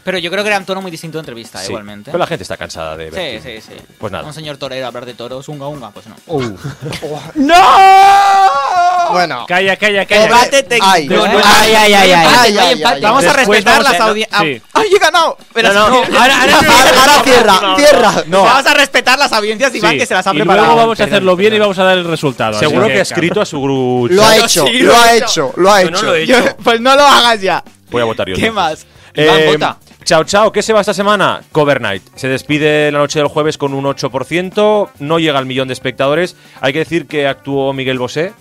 Speaker 6: Pero yo creo que era un tono muy distinto de entrevista,
Speaker 5: Sí.
Speaker 6: igualmente.
Speaker 5: Pero la gente está cansada de
Speaker 6: Sí,
Speaker 5: ver.
Speaker 6: sí, sí.
Speaker 5: Pues nada.
Speaker 6: Un señor torero hablar de toros, unga, unga, pues no.
Speaker 3: Bueno.
Speaker 2: Calla, calla, calla.
Speaker 3: Debate Ay,
Speaker 2: Después-
Speaker 3: ay,
Speaker 7: Ay, ay, ay, ay.
Speaker 3: ay,
Speaker 4: vaya
Speaker 3: ay,
Speaker 4: empate.
Speaker 3: ay.
Speaker 6: Vamos a
Speaker 2: Después
Speaker 6: respetar
Speaker 2: vamos
Speaker 6: las
Speaker 2: a-
Speaker 6: audiencias.
Speaker 2: sí.
Speaker 6: ¡Ay, he ganado! Pero
Speaker 7: No, no.
Speaker 6: ahora, ahora,
Speaker 3: Ahora, ahora cierra, cierra.
Speaker 6: Vamos a respetar las audiencias, Iván,
Speaker 2: Sí.
Speaker 6: que se las ha
Speaker 2: y
Speaker 6: preparado.
Speaker 2: luego vamos a hacerlo bien y vamos a dar el resultado. así
Speaker 5: Seguro que ha escrito a su grupo.
Speaker 3: Lo ha hecho,
Speaker 6: sí,
Speaker 3: lo ha hecho, lo ha hecho.
Speaker 6: Yo- pues no lo hagas ya.
Speaker 5: Voy a votar yo.
Speaker 6: ¿Qué
Speaker 5: entonces.
Speaker 6: más?
Speaker 4: Iván,
Speaker 5: Eh,
Speaker 4: vota.
Speaker 5: Chao, chao. ¿Qué se va esta semana? Cover Night. Se despide la noche del jueves con un 8%. No llega al millón de espectadores. Hay que decir que actuó Miguel Bosé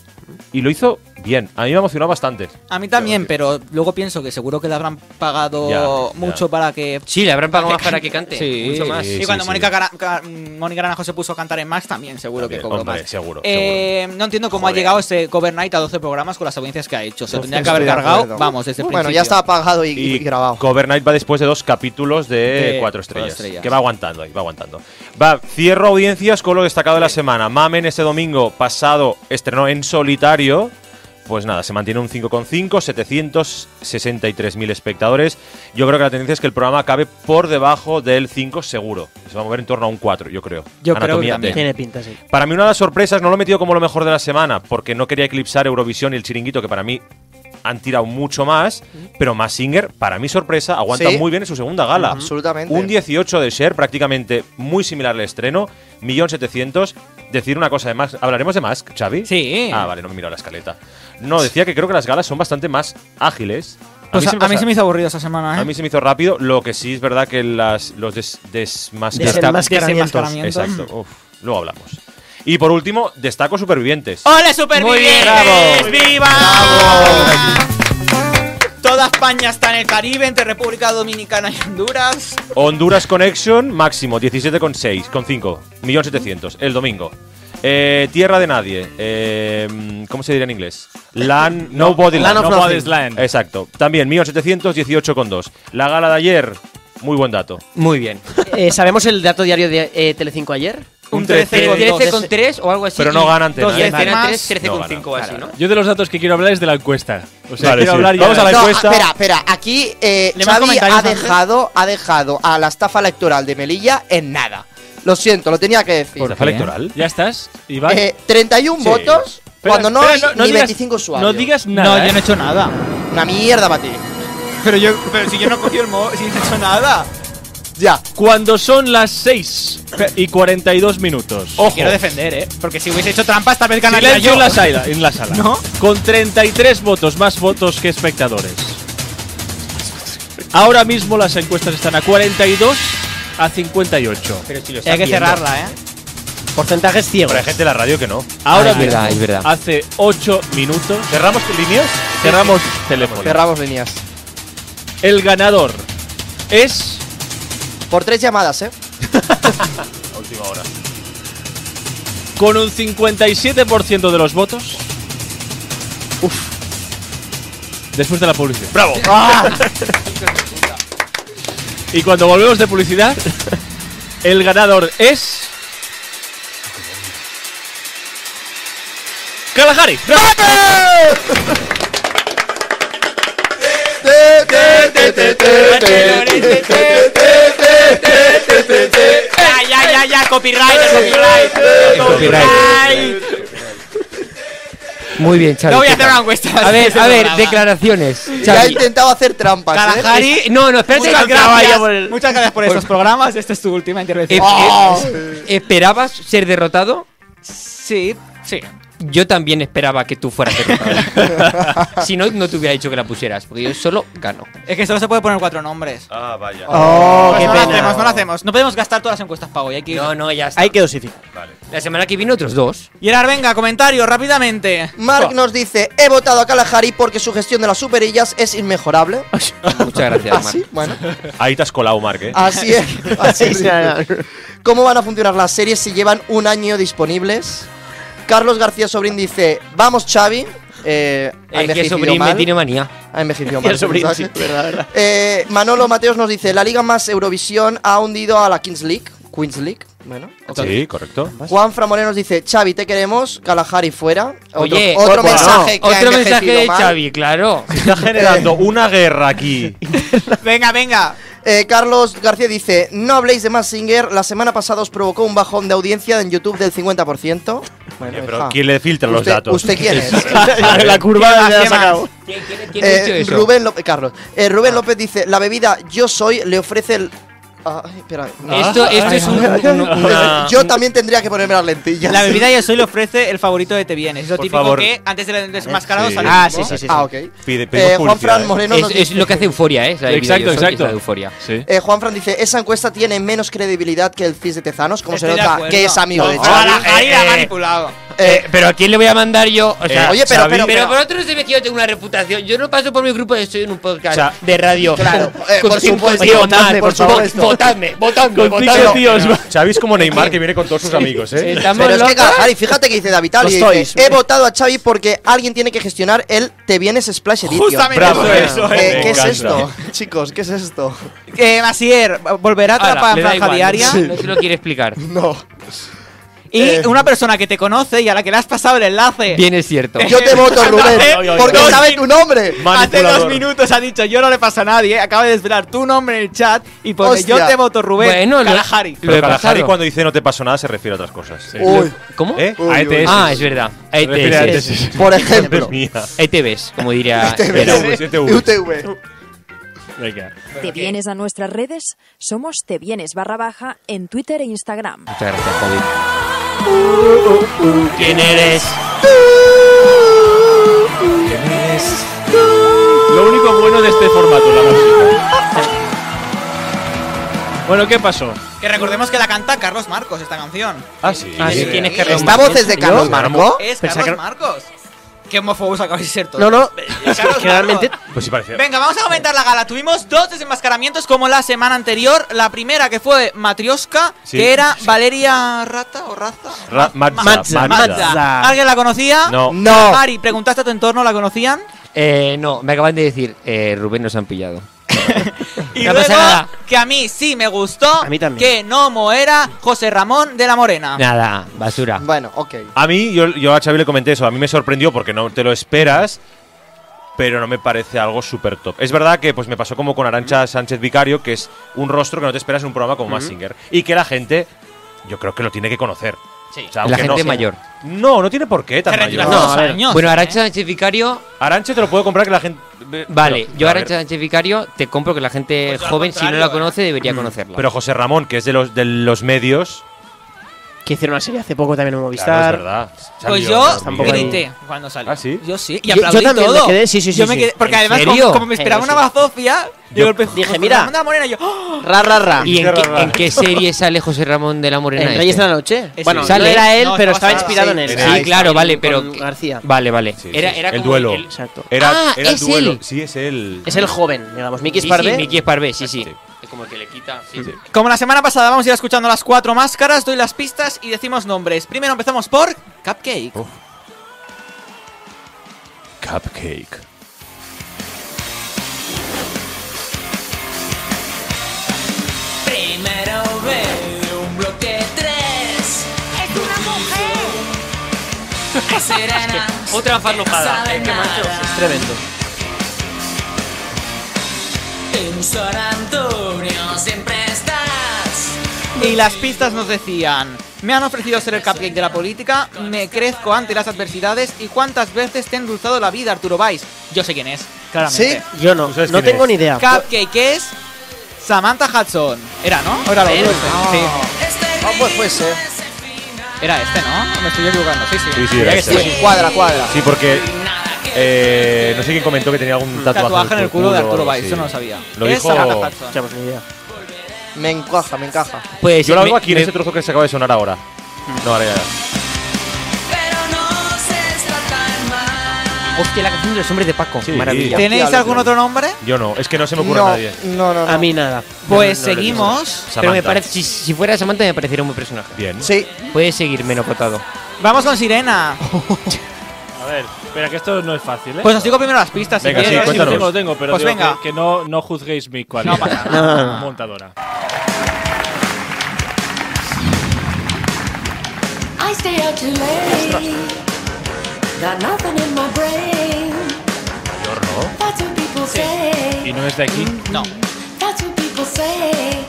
Speaker 5: y lo hizo bien. A mí me ha emocionado bastante.
Speaker 6: A mí también, pero luego pienso que seguro que le habrán pagado
Speaker 5: Ya, ya.
Speaker 6: mucho para que.
Speaker 4: Sí, le habrán pagado más para que cante.
Speaker 6: Sí.
Speaker 4: Mucho más.
Speaker 5: Sí,
Speaker 6: y cuando
Speaker 5: sí,
Speaker 6: Mónica Gara- Ca- Mónica Naranjo se puso a cantar en Max, también seguro
Speaker 5: También,
Speaker 6: que cobró
Speaker 5: hombre,
Speaker 6: más.
Speaker 5: seguro,
Speaker 6: Eh, No entiendo cómo ha
Speaker 5: Joder.
Speaker 6: llegado este Cover Night a 12 programas con las audiencias que ha hecho. Se tendría que
Speaker 3: Estoy
Speaker 6: haber
Speaker 3: de
Speaker 6: cargado,
Speaker 3: acuerdo.
Speaker 6: vamos, desde el
Speaker 3: Bueno,
Speaker 6: principio.
Speaker 3: ya está apagado y, y
Speaker 5: Y
Speaker 3: grabado.
Speaker 5: Cover Night va después de dos capítulos de,
Speaker 6: De
Speaker 5: cuatro,
Speaker 6: Cuatro
Speaker 5: estrellas,
Speaker 6: Estrellas.
Speaker 5: Que va aguantando ahí, va aguantando. Va, cierro audiencias con lo destacado de la semana. Mamen este domingo pasado estrenó en solitario. Pues nada, se mantiene un 5,5, 763.000 espectadores. Yo creo que la tendencia es que el programa acabe por debajo del 5 seguro. Se va a mover en torno a un 4, yo creo.
Speaker 7: Ah,
Speaker 6: Yo creo que
Speaker 5: Anatomía
Speaker 6: también.
Speaker 5: de.
Speaker 7: Tiene pinta, sí.
Speaker 5: Para mí una de las sorpresas, no lo he metido como lo mejor de la semana, porque no quería eclipsar Eurovisión y el chiringuito, que para mí han tirado mucho más, pero Massinger, para mi sorpresa, aguanta
Speaker 3: Sí.
Speaker 5: muy bien en su segunda gala.
Speaker 3: Ujú. Absolutamente.
Speaker 5: Un 18 de share, prácticamente muy similar al estreno, 1.700.000. Decir una cosa de Mask, ¿hablaremos de Mask, Xavi?
Speaker 6: Sí.
Speaker 5: Ah, vale, no me miro la escaleta. No, decía que creo que las galas son bastante más ágiles.
Speaker 6: Pues a, a mí
Speaker 5: pasa-
Speaker 6: se me hizo aburrido esa semana, ¿eh?
Speaker 5: a mí se me hizo rápido, lo que sí es verdad que las, los des, desmascar-
Speaker 7: Desenmascaramientos.
Speaker 6: Desenmascaramientos.
Speaker 5: Exacto. Uf, luego hablamos. Y por último, destaco Supervivientes.
Speaker 6: ¡Hola, supervivientes!
Speaker 5: Muy
Speaker 6: ¡Viva! Toda España está en el Caribe, entre República Dominicana y Honduras.
Speaker 5: Honduras Connection, máximo 17,6, con 5, 1.700.000, el domingo. Eh, tierra de nadie. Eh, ¿Cómo se diría en inglés? Land, Nobody Land.
Speaker 2: Land of Nobody's Nothing. Land.
Speaker 5: Exacto. También 1818,2. La gala de ayer, muy buen dato.
Speaker 4: Muy bien.
Speaker 7: Eh, ¿Sabemos el dato diario de eh, Telecinco ayer?
Speaker 6: Un 13 con
Speaker 4: 13
Speaker 6: dos.
Speaker 4: con 3 o algo así.
Speaker 5: Pero no gana Antena,
Speaker 4: Dos
Speaker 5: ¿eh?
Speaker 4: veces
Speaker 6: Vale.
Speaker 4: ganan tres, 13
Speaker 5: No
Speaker 4: con
Speaker 5: gana. Ah,
Speaker 4: 5 o así, ¿no?
Speaker 2: Yo de los datos que quiero hablar es de la encuesta. O sea,
Speaker 5: Vale,
Speaker 2: quiero
Speaker 5: sí.
Speaker 2: hablar ya
Speaker 5: Vamos
Speaker 2: de-
Speaker 5: a la
Speaker 3: No, ah,
Speaker 5: encuesta.
Speaker 3: espera, espera. Aquí eh,
Speaker 6: ¿Le más
Speaker 3: Xavi
Speaker 6: comentarios
Speaker 3: ha
Speaker 6: antes?
Speaker 3: dejado, ha dejado a la estafa electoral de Melilla en nada. Lo siento, lo tenía que decir.
Speaker 5: ¿Estafa electoral?
Speaker 2: ¿Ya estás, Iván?
Speaker 3: Eh, 31
Speaker 5: Sí.
Speaker 3: votos
Speaker 2: Espera,
Speaker 3: cuando no
Speaker 2: espera,
Speaker 3: hay ni 25 usuarios.
Speaker 2: No digas
Speaker 6: No,
Speaker 2: nada.
Speaker 6: yo no he
Speaker 2: ¿eh?
Speaker 6: hecho nada.
Speaker 3: Una mierda para ti.
Speaker 6: Pero yo, pero si yo no he cogido el móvil, si no he hecho nada.
Speaker 3: Ya.
Speaker 2: Cuando son las 6 y 42 minutos.
Speaker 6: Ojo. Quiero defender, eh. Porque si hubiese hecho trampas, tal vez ganaría
Speaker 2: Silencio
Speaker 6: yo.
Speaker 2: en la, sala, en la sala.
Speaker 6: ¿No?
Speaker 2: Con 33 votos, más votos que espectadores. Ahora mismo las encuestas están a 42 a 58.
Speaker 4: Pero si lo
Speaker 6: Hay que cerrarla, eh.
Speaker 7: Porcentajes ciegos.
Speaker 5: Pero hay gente de la radio que no.
Speaker 2: Ahora
Speaker 4: Ah, es verdad,
Speaker 2: mismo,
Speaker 4: es verdad.
Speaker 2: hace 8 minutos,
Speaker 5: ¿Cerramos líneas?
Speaker 2: cerramos teléfono.
Speaker 3: Cerramos líneas.
Speaker 2: El ganador es
Speaker 3: Por tres llamadas, ¿eh?
Speaker 5: Última hora.
Speaker 2: con un 57% de los votos. Después de la publicidad. ¡Ah!
Speaker 5: ¡Bravo!
Speaker 2: Y cuando volvemos de publicidad, el ganador es. Kalahari.
Speaker 6: Ya, ya, ya, ya. Copyright, copyright.
Speaker 4: Muy bien, Xavi.
Speaker 6: No voy a
Speaker 4: ¿qué
Speaker 6: hacer
Speaker 4: tal?
Speaker 6: una encuesta.
Speaker 4: A ver, a ver,
Speaker 6: declara.
Speaker 4: declaraciones.
Speaker 3: Ya he
Speaker 4: Xavi.
Speaker 3: intentado hacer trampas, ¿eh?
Speaker 6: Kalahari.
Speaker 4: No, no, espérate.
Speaker 6: Muchas
Speaker 4: que acaba ya
Speaker 6: gracias.
Speaker 4: por el-
Speaker 6: Muchas gracias por estos programas. Esta es tu última
Speaker 4: Eh,
Speaker 6: intervención.
Speaker 4: eh, ¿Esperabas ser derrotado?
Speaker 6: Sí, sí.
Speaker 4: Yo también esperaba que tú fueras derrotado. si no, no te hubiera dicho que la pusieras, porque yo solo gano.
Speaker 6: Es que solo se puede poner cuatro nombres.
Speaker 5: Ah, vaya.
Speaker 7: Oh,
Speaker 6: Pues
Speaker 7: qué
Speaker 6: no lo
Speaker 7: pena.
Speaker 6: hacemos, no lo hacemos. No podemos gastar todas las encuestas para hoy. Hay que ir.
Speaker 4: No, no, ya está.
Speaker 7: Hay que dosificar.
Speaker 4: La semana que viene otros dos.
Speaker 6: Y ahora, venga, comentario rápidamente.
Speaker 3: Mark nos dice, he votado a Kalahari porque su gestión de las superillas es inmejorable.
Speaker 4: Muchas gracias, Marc.
Speaker 3: Así, bueno.
Speaker 5: Ahí te has colado, Marc, ¿eh?
Speaker 3: Así es. Así es. ¿Cómo van a funcionar las series si llevan un año disponibles? Carlos García Sobrín dice, vamos Xavi. Eh, ha
Speaker 4: Es que
Speaker 3: envejecido
Speaker 4: Sobrín me
Speaker 3: mal.
Speaker 4: tiene manía.
Speaker 3: Ha envejecido mal. ¿sabes? Eh, Manolo Mateos nos dice, la liga más Eurovisión ha hundido a la Kings League. Queens League. Bueno. ok.
Speaker 5: Sí, correcto.
Speaker 3: Juan Framoreno nos dice, Xavi, te queremos, Kalahari fuera. Otro,
Speaker 4: Oye,
Speaker 3: otro
Speaker 4: bueno,
Speaker 3: mensaje que ha
Speaker 4: otro mensaje
Speaker 3: envejecido
Speaker 4: de
Speaker 3: mal.
Speaker 4: Xavi, claro.
Speaker 5: Está generando una guerra aquí.
Speaker 6: Venga, venga.
Speaker 3: Eh, Carlos García dice, no habléis de Massinger, la semana pasada os provocó un bajón de audiencia en YouTube del 50%. Bueno,
Speaker 5: Oye,
Speaker 3: hija.
Speaker 5: pero ¿quién le filtra los
Speaker 3: Ah. ¿Usted-
Speaker 5: datos?
Speaker 3: ¿Usted quién es?
Speaker 7: la curva ya la
Speaker 6: ¿Qué
Speaker 7: has
Speaker 6: más?
Speaker 7: sacado.
Speaker 4: ¿Quién, quién- quién ha
Speaker 3: Eh,
Speaker 4: dicho eso?
Speaker 3: Rubén López, Carlos. Eh, Rubén López dice, la bebida Yo Soy le ofrece el... Ah, Ay, espera. no.
Speaker 4: Esto, esto
Speaker 3: Ah.
Speaker 4: es un, un- una-
Speaker 3: Yo también tendría que ponerme las lentillas.
Speaker 6: La bebida yo soy le ofrece el favorito de Te Vienes. Es lo
Speaker 5: Por
Speaker 6: típico
Speaker 5: favor.
Speaker 6: que antes del desmascarado
Speaker 5: Sí.
Speaker 6: sale.
Speaker 7: Ah,
Speaker 6: mismo.
Speaker 7: sí, sí, sí. sí.
Speaker 3: Ah, ok.
Speaker 5: Pide, pedimos
Speaker 3: Eh, Juan
Speaker 5: publicidad,
Speaker 3: Fran
Speaker 5: ¿eh?
Speaker 3: Moreno
Speaker 4: es,
Speaker 3: nos
Speaker 4: es
Speaker 3: dice-
Speaker 4: lo que hace euforia, ¿eh? La de
Speaker 2: Exacto,
Speaker 4: Videosoy, que es la
Speaker 2: exacto.
Speaker 4: de euforia.
Speaker 2: Sí.
Speaker 3: Eh, Juan Fran dice, esa encuesta tiene menos credibilidad que el CIS de Tezanos, como se
Speaker 6: Estoy de
Speaker 3: nota
Speaker 6: acuerdo.
Speaker 3: que es amigo de
Speaker 6: No,
Speaker 3: Xavi.
Speaker 6: la Javi la ha
Speaker 4: Eh, eh.
Speaker 6: manipulado.
Speaker 3: Eh,
Speaker 4: Eh, pero ¿a quién le voy a mandar yo? O sea,
Speaker 5: Eh,
Speaker 3: oye, pero-
Speaker 4: Xavi-
Speaker 3: pero- pero-
Speaker 4: por otro se ve que yo tengo una reputación. Yo no paso por mi grupo, estoy en un podcast
Speaker 5: O sea,
Speaker 4: de radio.
Speaker 3: claro, eh,
Speaker 4: con
Speaker 3: por
Speaker 4: cinco
Speaker 3: supuesto,
Speaker 4: tíos más,
Speaker 3: votadme, por
Speaker 4: vo-
Speaker 3: supuesto.
Speaker 4: Votadme, votadme,
Speaker 2: Con
Speaker 4: votadme.
Speaker 2: cinco tíos. va.
Speaker 5: Xavi es como Neymar que viene con todos sus amigos, ¿eh?
Speaker 4: Estamos
Speaker 3: Pero es que
Speaker 4: locos.
Speaker 3: Kalahari, fíjate que dice David Alli,
Speaker 7: Los
Speaker 3: dice,
Speaker 7: toys.
Speaker 3: he votado a Xavi porque alguien tiene que gestionar el Te Vienes Splash Edition.
Speaker 6: Justamente
Speaker 5: Bravo,
Speaker 6: eso
Speaker 5: eh.
Speaker 6: es.
Speaker 5: Eso
Speaker 3: Eh,
Speaker 5: Me
Speaker 3: ¿Qué es
Speaker 5: encanta.
Speaker 3: esto? Chicos, ¿qué es esto?
Speaker 6: Eh, Masier, volverá a
Speaker 4: Ala,
Speaker 6: atrapar
Speaker 4: le da
Speaker 6: franja
Speaker 4: igual,
Speaker 6: diaria.
Speaker 4: No se lo quiere explicar.
Speaker 3: No.
Speaker 6: Y
Speaker 5: Eh.
Speaker 6: una persona que te conoce y a la que le has pasado el enlace.
Speaker 4: Bien es cierto.
Speaker 3: Yo te voto, Rubén,
Speaker 6: Oye,
Speaker 5: eh,
Speaker 6: oye,
Speaker 3: porque
Speaker 6: oye.
Speaker 3: sabe tu nombre.
Speaker 6: Hace dos
Speaker 5: Manipulador.
Speaker 6: minutos ha dicho, yo no le paso a nadie, acaba de desvelar tu nombre en el chat y pone,
Speaker 3: Hostia.
Speaker 6: yo te voto Rubén
Speaker 4: Bueno, lo-
Speaker 6: Kalahari.
Speaker 4: lo he
Speaker 5: Pero Kalahari
Speaker 4: pasado.
Speaker 5: cuando dice no te pasó nada se refiere a otras cosas.
Speaker 3: Uy,
Speaker 4: ¿Cómo?
Speaker 5: ¿Eh?
Speaker 3: Uy,
Speaker 2: A ETS.
Speaker 4: Ah, es verdad. Ahí
Speaker 2: Se refiere a
Speaker 4: te ves.
Speaker 2: ETS.
Speaker 3: por
Speaker 5: Madre
Speaker 3: ejemplo.
Speaker 5: mía.
Speaker 4: Ahí te ves, E como
Speaker 3: E
Speaker 4: diría.
Speaker 5: Era
Speaker 4: Vera.
Speaker 5: un 7 V.
Speaker 3: UTV.
Speaker 2: Venga.
Speaker 1: Te vienes a nuestras redes, somos Te vienes barra baja en Twitter e Instagram.
Speaker 4: Muchas gracias, Javi. ¿Quién eres?
Speaker 2: Lo único bueno de este formato, la música. Bueno, ¿qué pasó?
Speaker 6: Que recordemos que la canta Carlos Marcos esta canción.
Speaker 5: Ah, sí.
Speaker 4: Ah, sí,
Speaker 5: Sí.
Speaker 4: ¿Quién es
Speaker 6: Sí.
Speaker 4: Carlos
Speaker 3: ¿Esta voz es de Carlos
Speaker 5: Yo,
Speaker 3: Marco?
Speaker 6: Es
Speaker 7: Pensaba
Speaker 6: Carlos
Speaker 7: que-
Speaker 6: Marcos. Qué homófobos acabáis de ser todos.
Speaker 7: No, no, es
Speaker 6: Claro,
Speaker 7: que realmente
Speaker 6: claro.
Speaker 5: Pues sí parece.
Speaker 6: Venga, vamos a comentar la gala. Tuvimos dos desenmascaramientos como la semana anterior. La primera que fue Matrioska,
Speaker 5: Sí.
Speaker 6: que era Valeria Rata o Raza.
Speaker 5: Ra- Matza,
Speaker 7: Matza,
Speaker 5: Matza.
Speaker 7: Matza.
Speaker 6: ¿Alguien la conocía?
Speaker 5: No.
Speaker 3: No.
Speaker 6: Mari, preguntaste a tu entorno, ¿la conocían?
Speaker 4: Eh, no, me acaban de decir, eh, Rubén nos han pillado.
Speaker 6: Y
Speaker 4: No
Speaker 6: luego,
Speaker 4: pasa nada.
Speaker 6: que a mí sí me gustó.
Speaker 7: A mí también.
Speaker 6: Que Nomo era José Ramón de la
Speaker 3: Ah.
Speaker 6: Morena.
Speaker 4: Nada, basura.
Speaker 3: Bueno, ok.
Speaker 5: A mí, yo, yo a Xavi le comenté eso, a mí me sorprendió porque no te lo esperas, pero no me parece algo súper top. Es verdad que pues me pasó como con Arancha Sánchez Vicario, que es un rostro que no te esperas en un programa como Massinger, y que la gente, yo creo que lo tiene que conocer.
Speaker 6: Sí.
Speaker 5: O sea,
Speaker 4: La
Speaker 5: aunque
Speaker 4: gente
Speaker 5: no-
Speaker 4: mayor.
Speaker 5: No, no tiene por qué tan
Speaker 6: Se retiró
Speaker 5: mayor.
Speaker 6: hace
Speaker 4: No,
Speaker 6: dos
Speaker 4: a ver,
Speaker 6: años,
Speaker 4: bueno,
Speaker 6: ¿eh?
Speaker 4: Arancha Sánchez Vicario.
Speaker 5: Arancha te lo puedo comprar que la gente...
Speaker 4: Vale,
Speaker 5: pero-
Speaker 4: yo
Speaker 5: a
Speaker 4: Arancha
Speaker 5: ver,
Speaker 4: Sánchez Vicario te compro que la gente
Speaker 6: Pues al
Speaker 4: joven, si no
Speaker 6: contrario,
Speaker 4: la conoce, debería conocerla.
Speaker 5: Pero José Ramón, que es de los, de los medios...
Speaker 7: que hicieron una serie hace poco también en
Speaker 5: Claro,
Speaker 7: Movistar.
Speaker 5: es verdad.
Speaker 6: Pues
Speaker 5: Salió,
Speaker 6: yo
Speaker 5: salió.
Speaker 7: tampoco hay-
Speaker 6: grité cuando salió.
Speaker 5: Ah, ¿sí?
Speaker 6: Yo sí. Y
Speaker 7: Yo-
Speaker 6: aplaudí
Speaker 7: yo también me
Speaker 6: todo.
Speaker 7: quedé- sí, sí, sí,
Speaker 6: Yo me
Speaker 7: sí.
Speaker 6: quedé, porque
Speaker 4: ¿En
Speaker 6: además,
Speaker 4: serio?
Speaker 6: como, como me esperaba
Speaker 7: Eh,
Speaker 6: una
Speaker 7: sí.
Speaker 6: bazofia, de
Speaker 5: Yo
Speaker 6: golpe,
Speaker 7: dije,
Speaker 6: José
Speaker 7: mira.
Speaker 6: Ramón de la Morena, y yo, ¡oh!
Speaker 7: Ra, ra, ra.
Speaker 4: ¿Y en
Speaker 5: Qué
Speaker 4: qué,
Speaker 5: raro.
Speaker 4: en qué serie sale José Ramón de la Morena?
Speaker 7: en Reyes
Speaker 4: este?
Speaker 7: de la Noche.
Speaker 6: Ese
Speaker 7: Bueno,
Speaker 4: sale.
Speaker 7: no era él,
Speaker 6: No,
Speaker 7: pero
Speaker 6: estaba
Speaker 7: estaba
Speaker 6: basado-
Speaker 7: inspirado en él.
Speaker 5: sí,
Speaker 7: Estaba
Speaker 5: sí,
Speaker 7: inspirado
Speaker 4: este. claro,
Speaker 7: en-
Speaker 4: vale,
Speaker 7: con
Speaker 4: pero que-
Speaker 7: García.
Speaker 4: Vale, vale.
Speaker 5: Sí, sí,
Speaker 4: era,
Speaker 5: sí.
Speaker 4: era
Speaker 5: El
Speaker 4: como
Speaker 5: duelo.
Speaker 4: el-
Speaker 7: Exacto.
Speaker 5: Era,
Speaker 4: Ah,
Speaker 5: era
Speaker 4: es
Speaker 5: el duelo.
Speaker 4: él.
Speaker 5: Sí, es él.
Speaker 7: Es el joven, digamos. Miki
Speaker 4: Sí,
Speaker 7: Sparvé.
Speaker 4: Sí, Miki Esparvé, sí, sí.
Speaker 5: Sí.
Speaker 4: Es Como el que le quita. sí.
Speaker 6: Como la semana pasada, vamos a ir escuchando las cuatro máscaras, doy las pistas y decimos nombres. Primero empezamos por Cupcake.
Speaker 5: Oh. Cupcake.
Speaker 6: Primero ve un bloque 3. Es una mujer. Serena.
Speaker 4: Otra farlojada.
Speaker 6: Es que, Este macho, es
Speaker 7: Tremendo.
Speaker 6: En San Antonio siempre estás. Y las pistas nos decían: Me han ofrecido ser el cupcake de la política, me crezco ante las adversidades y cuántas veces te he endulzado la vida, Arturo Valls. Yo sé quién es, claramente.
Speaker 3: ¿Sí?
Speaker 7: Yo no,
Speaker 5: ¿Tú sabes
Speaker 7: no
Speaker 5: quién
Speaker 7: tengo
Speaker 5: es?
Speaker 7: ni idea.
Speaker 6: Cupcake es Samantha Hudson. Era, ¿no? Era,
Speaker 7: Era.
Speaker 6: sí.
Speaker 3: Ah, pues puede ser.
Speaker 6: Era este, ¿no? Me estoy equivocando, sí, sí.
Speaker 5: Sí, sí,
Speaker 6: Tenía
Speaker 5: era
Speaker 6: que
Speaker 5: este.
Speaker 6: ser.
Speaker 3: Sí, cuadra, cuadra.
Speaker 5: Sí, porque eh, no sé quién comentó que tenía algún tatuaje,
Speaker 6: Tatuaje en el culo de Arturo
Speaker 5: o algo
Speaker 6: Valls,
Speaker 5: así.
Speaker 6: eso no lo sabía.
Speaker 5: Lo
Speaker 6: es
Speaker 5: dijo-
Speaker 6: Samantha Hudson.
Speaker 7: Hostia, pues ni idea.
Speaker 3: Me encaja, me encaja.
Speaker 4: Pues
Speaker 5: Yo lo
Speaker 4: me-
Speaker 5: hago aquí en
Speaker 4: me-
Speaker 5: ese trozo que se acaba de sonar ahora.
Speaker 6: Mm.
Speaker 5: No, ahora ya.
Speaker 4: Hostia, la canción de los hombres de Paco.
Speaker 5: Sí.
Speaker 4: Maravilla.
Speaker 5: Sí.
Speaker 6: ¿Tenéis
Speaker 3: Hostia,
Speaker 6: algún
Speaker 3: lo
Speaker 6: otro nombre?
Speaker 5: Yo no, es que no se me ocurre a
Speaker 3: No,
Speaker 5: nadie.
Speaker 3: no, no, no.
Speaker 7: A mí nada.
Speaker 6: Pues
Speaker 5: no le
Speaker 6: seguimos.
Speaker 5: Samantha.
Speaker 4: Pero me parece, si, si fuera Samantha me pareciera un buen personaje.
Speaker 5: Bien.
Speaker 3: Sí,
Speaker 4: Puedes seguir menos votado.
Speaker 6: Vamos con Sirena.
Speaker 2: A ver, espera, que esto no es fácil, ¿eh?
Speaker 6: Pues os digo primero las pistas.
Speaker 5: Venga,
Speaker 6: si
Speaker 5: sí,
Speaker 6: quieres.
Speaker 2: Sí, lo
Speaker 5: cuéntanos.
Speaker 2: tengo, lo tengo, pero
Speaker 6: Pues
Speaker 2: digo
Speaker 6: venga.
Speaker 2: que, que no, no juzguéis mi cualidad
Speaker 6: pasa
Speaker 2: montadora.
Speaker 8: I stay out too late. Got nothing in my brain. That's what people say.
Speaker 2: Y no es de aquí.
Speaker 6: No.
Speaker 8: That's what people say.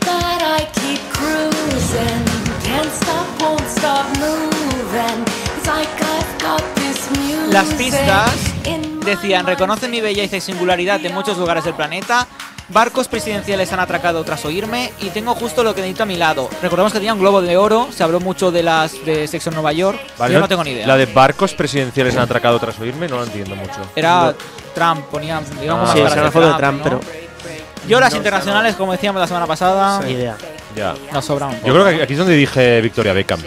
Speaker 8: But I keep cruising. Can't stop, won't stop moving. It's like I've got this music.
Speaker 6: Las pistas
Speaker 8: in my
Speaker 6: Decían,
Speaker 8: mind.
Speaker 6: reconocen mi belleza y singularidad en muchos lugares del planeta. Barcos presidenciales han atracado tras oírme y tengo justo lo que necesito a mi lado. Recordemos que tenía un globo de oro, se habló mucho de las de sexo en Nueva York.
Speaker 5: Vale,
Speaker 6: Yo no tengo ni idea.
Speaker 5: La de barcos presidenciales han atracado tras oírme, no lo entiendo mucho.
Speaker 6: Era Trump, ponían, digamos,
Speaker 5: Ah,
Speaker 7: sí,
Speaker 5: vale.
Speaker 7: es
Speaker 6: caras
Speaker 7: una foto de Trump,
Speaker 6: Trump,
Speaker 7: pero
Speaker 6: ¿no? Yo las internacionales, como decíamos la semana pasada,
Speaker 7: ni idea.
Speaker 5: Ya.
Speaker 6: nos sobra un poco.
Speaker 5: Yo creo que aquí es donde dije Victoria Beckham.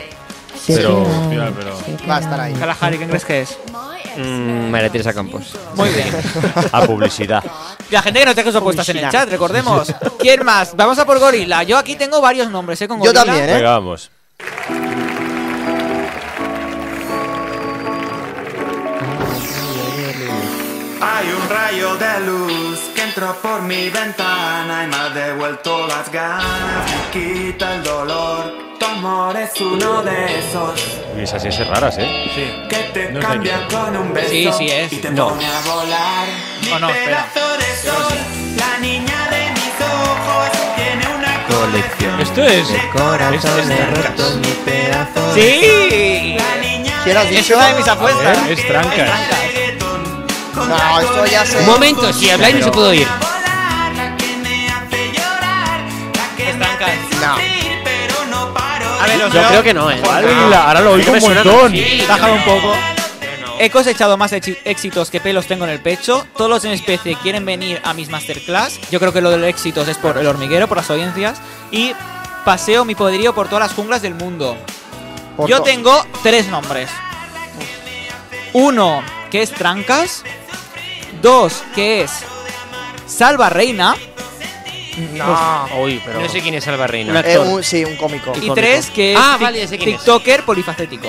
Speaker 5: Pero.
Speaker 2: Mira, pero-
Speaker 3: va a estar ahí.
Speaker 6: Kalahari, ¿quién crees que es?
Speaker 8: My ex
Speaker 4: Mm, María Teresa Campos.
Speaker 6: Muy bien.
Speaker 5: A publicidad.
Speaker 6: La gente que nos deje sus apuestas en el chat, recordemos. ¿Quién más? Vamos a por Gorila. Yo aquí tengo varios nombres, ¿eh? Con
Speaker 3: Yo
Speaker 6: Gorila.
Speaker 3: también, ¿eh?
Speaker 5: Venga, vamos.
Speaker 9: Hay un rayo de luz que entró por mi ventana y me ha devuelto las ganas, me quita el dolor. Tu amor es uno de esos
Speaker 5: Y esas sí es raras, ¿eh?
Speaker 2: sí.
Speaker 9: que te
Speaker 2: No es de
Speaker 9: cambia con un beso
Speaker 6: Sí, sí es.
Speaker 9: y te
Speaker 6: No.
Speaker 9: pone a volar. Mi
Speaker 6: Oh, no, espera.
Speaker 9: pedazo de sol, la niña de mis ojos tiene una colección.
Speaker 2: Esto es.
Speaker 9: Mi pedazo de
Speaker 6: ¡Sí!
Speaker 9: la niña
Speaker 3: ¿Quién has
Speaker 9: de
Speaker 6: Es
Speaker 3: dicho?
Speaker 6: una de mis apuestas.
Speaker 2: A ver, es trancas.
Speaker 9: reggaetón, con
Speaker 3: No, esto ya sé.
Speaker 4: Un momento, si habláis no se puede oír.
Speaker 9: volar, la que me hace llorar, la que me hace
Speaker 3: No.
Speaker 9: sentir, pero no paro.
Speaker 6: A ver, os
Speaker 7: Yo
Speaker 6: veo-
Speaker 7: creo que no, ¿eh?
Speaker 5: Hola, Ahora lo oigo un montón.
Speaker 6: Bájalo un poco. He cosechado más echi- éxitos que pelos tengo en el pecho. Todos los de mi especie quieren venir a mis masterclass. Yo creo que lo de los éxitos es por el hormiguero, por las audiencias. Y paseo mi poderío por todas las junglas del mundo.
Speaker 3: Por
Speaker 6: Yo
Speaker 3: to-
Speaker 6: tengo tres nombres. Uno, que es Trancas. Dos, que es Salva Reina.
Speaker 4: No.
Speaker 7: Ah,
Speaker 2: Uy, pero.
Speaker 4: No sé quién es Salva Reina.
Speaker 7: Una-
Speaker 3: Eh, un- sí, un cómico.
Speaker 6: Y tres, que es
Speaker 4: Ah,
Speaker 6: tic-
Speaker 4: vale, ya sé quién es.
Speaker 6: TikToker polifacético.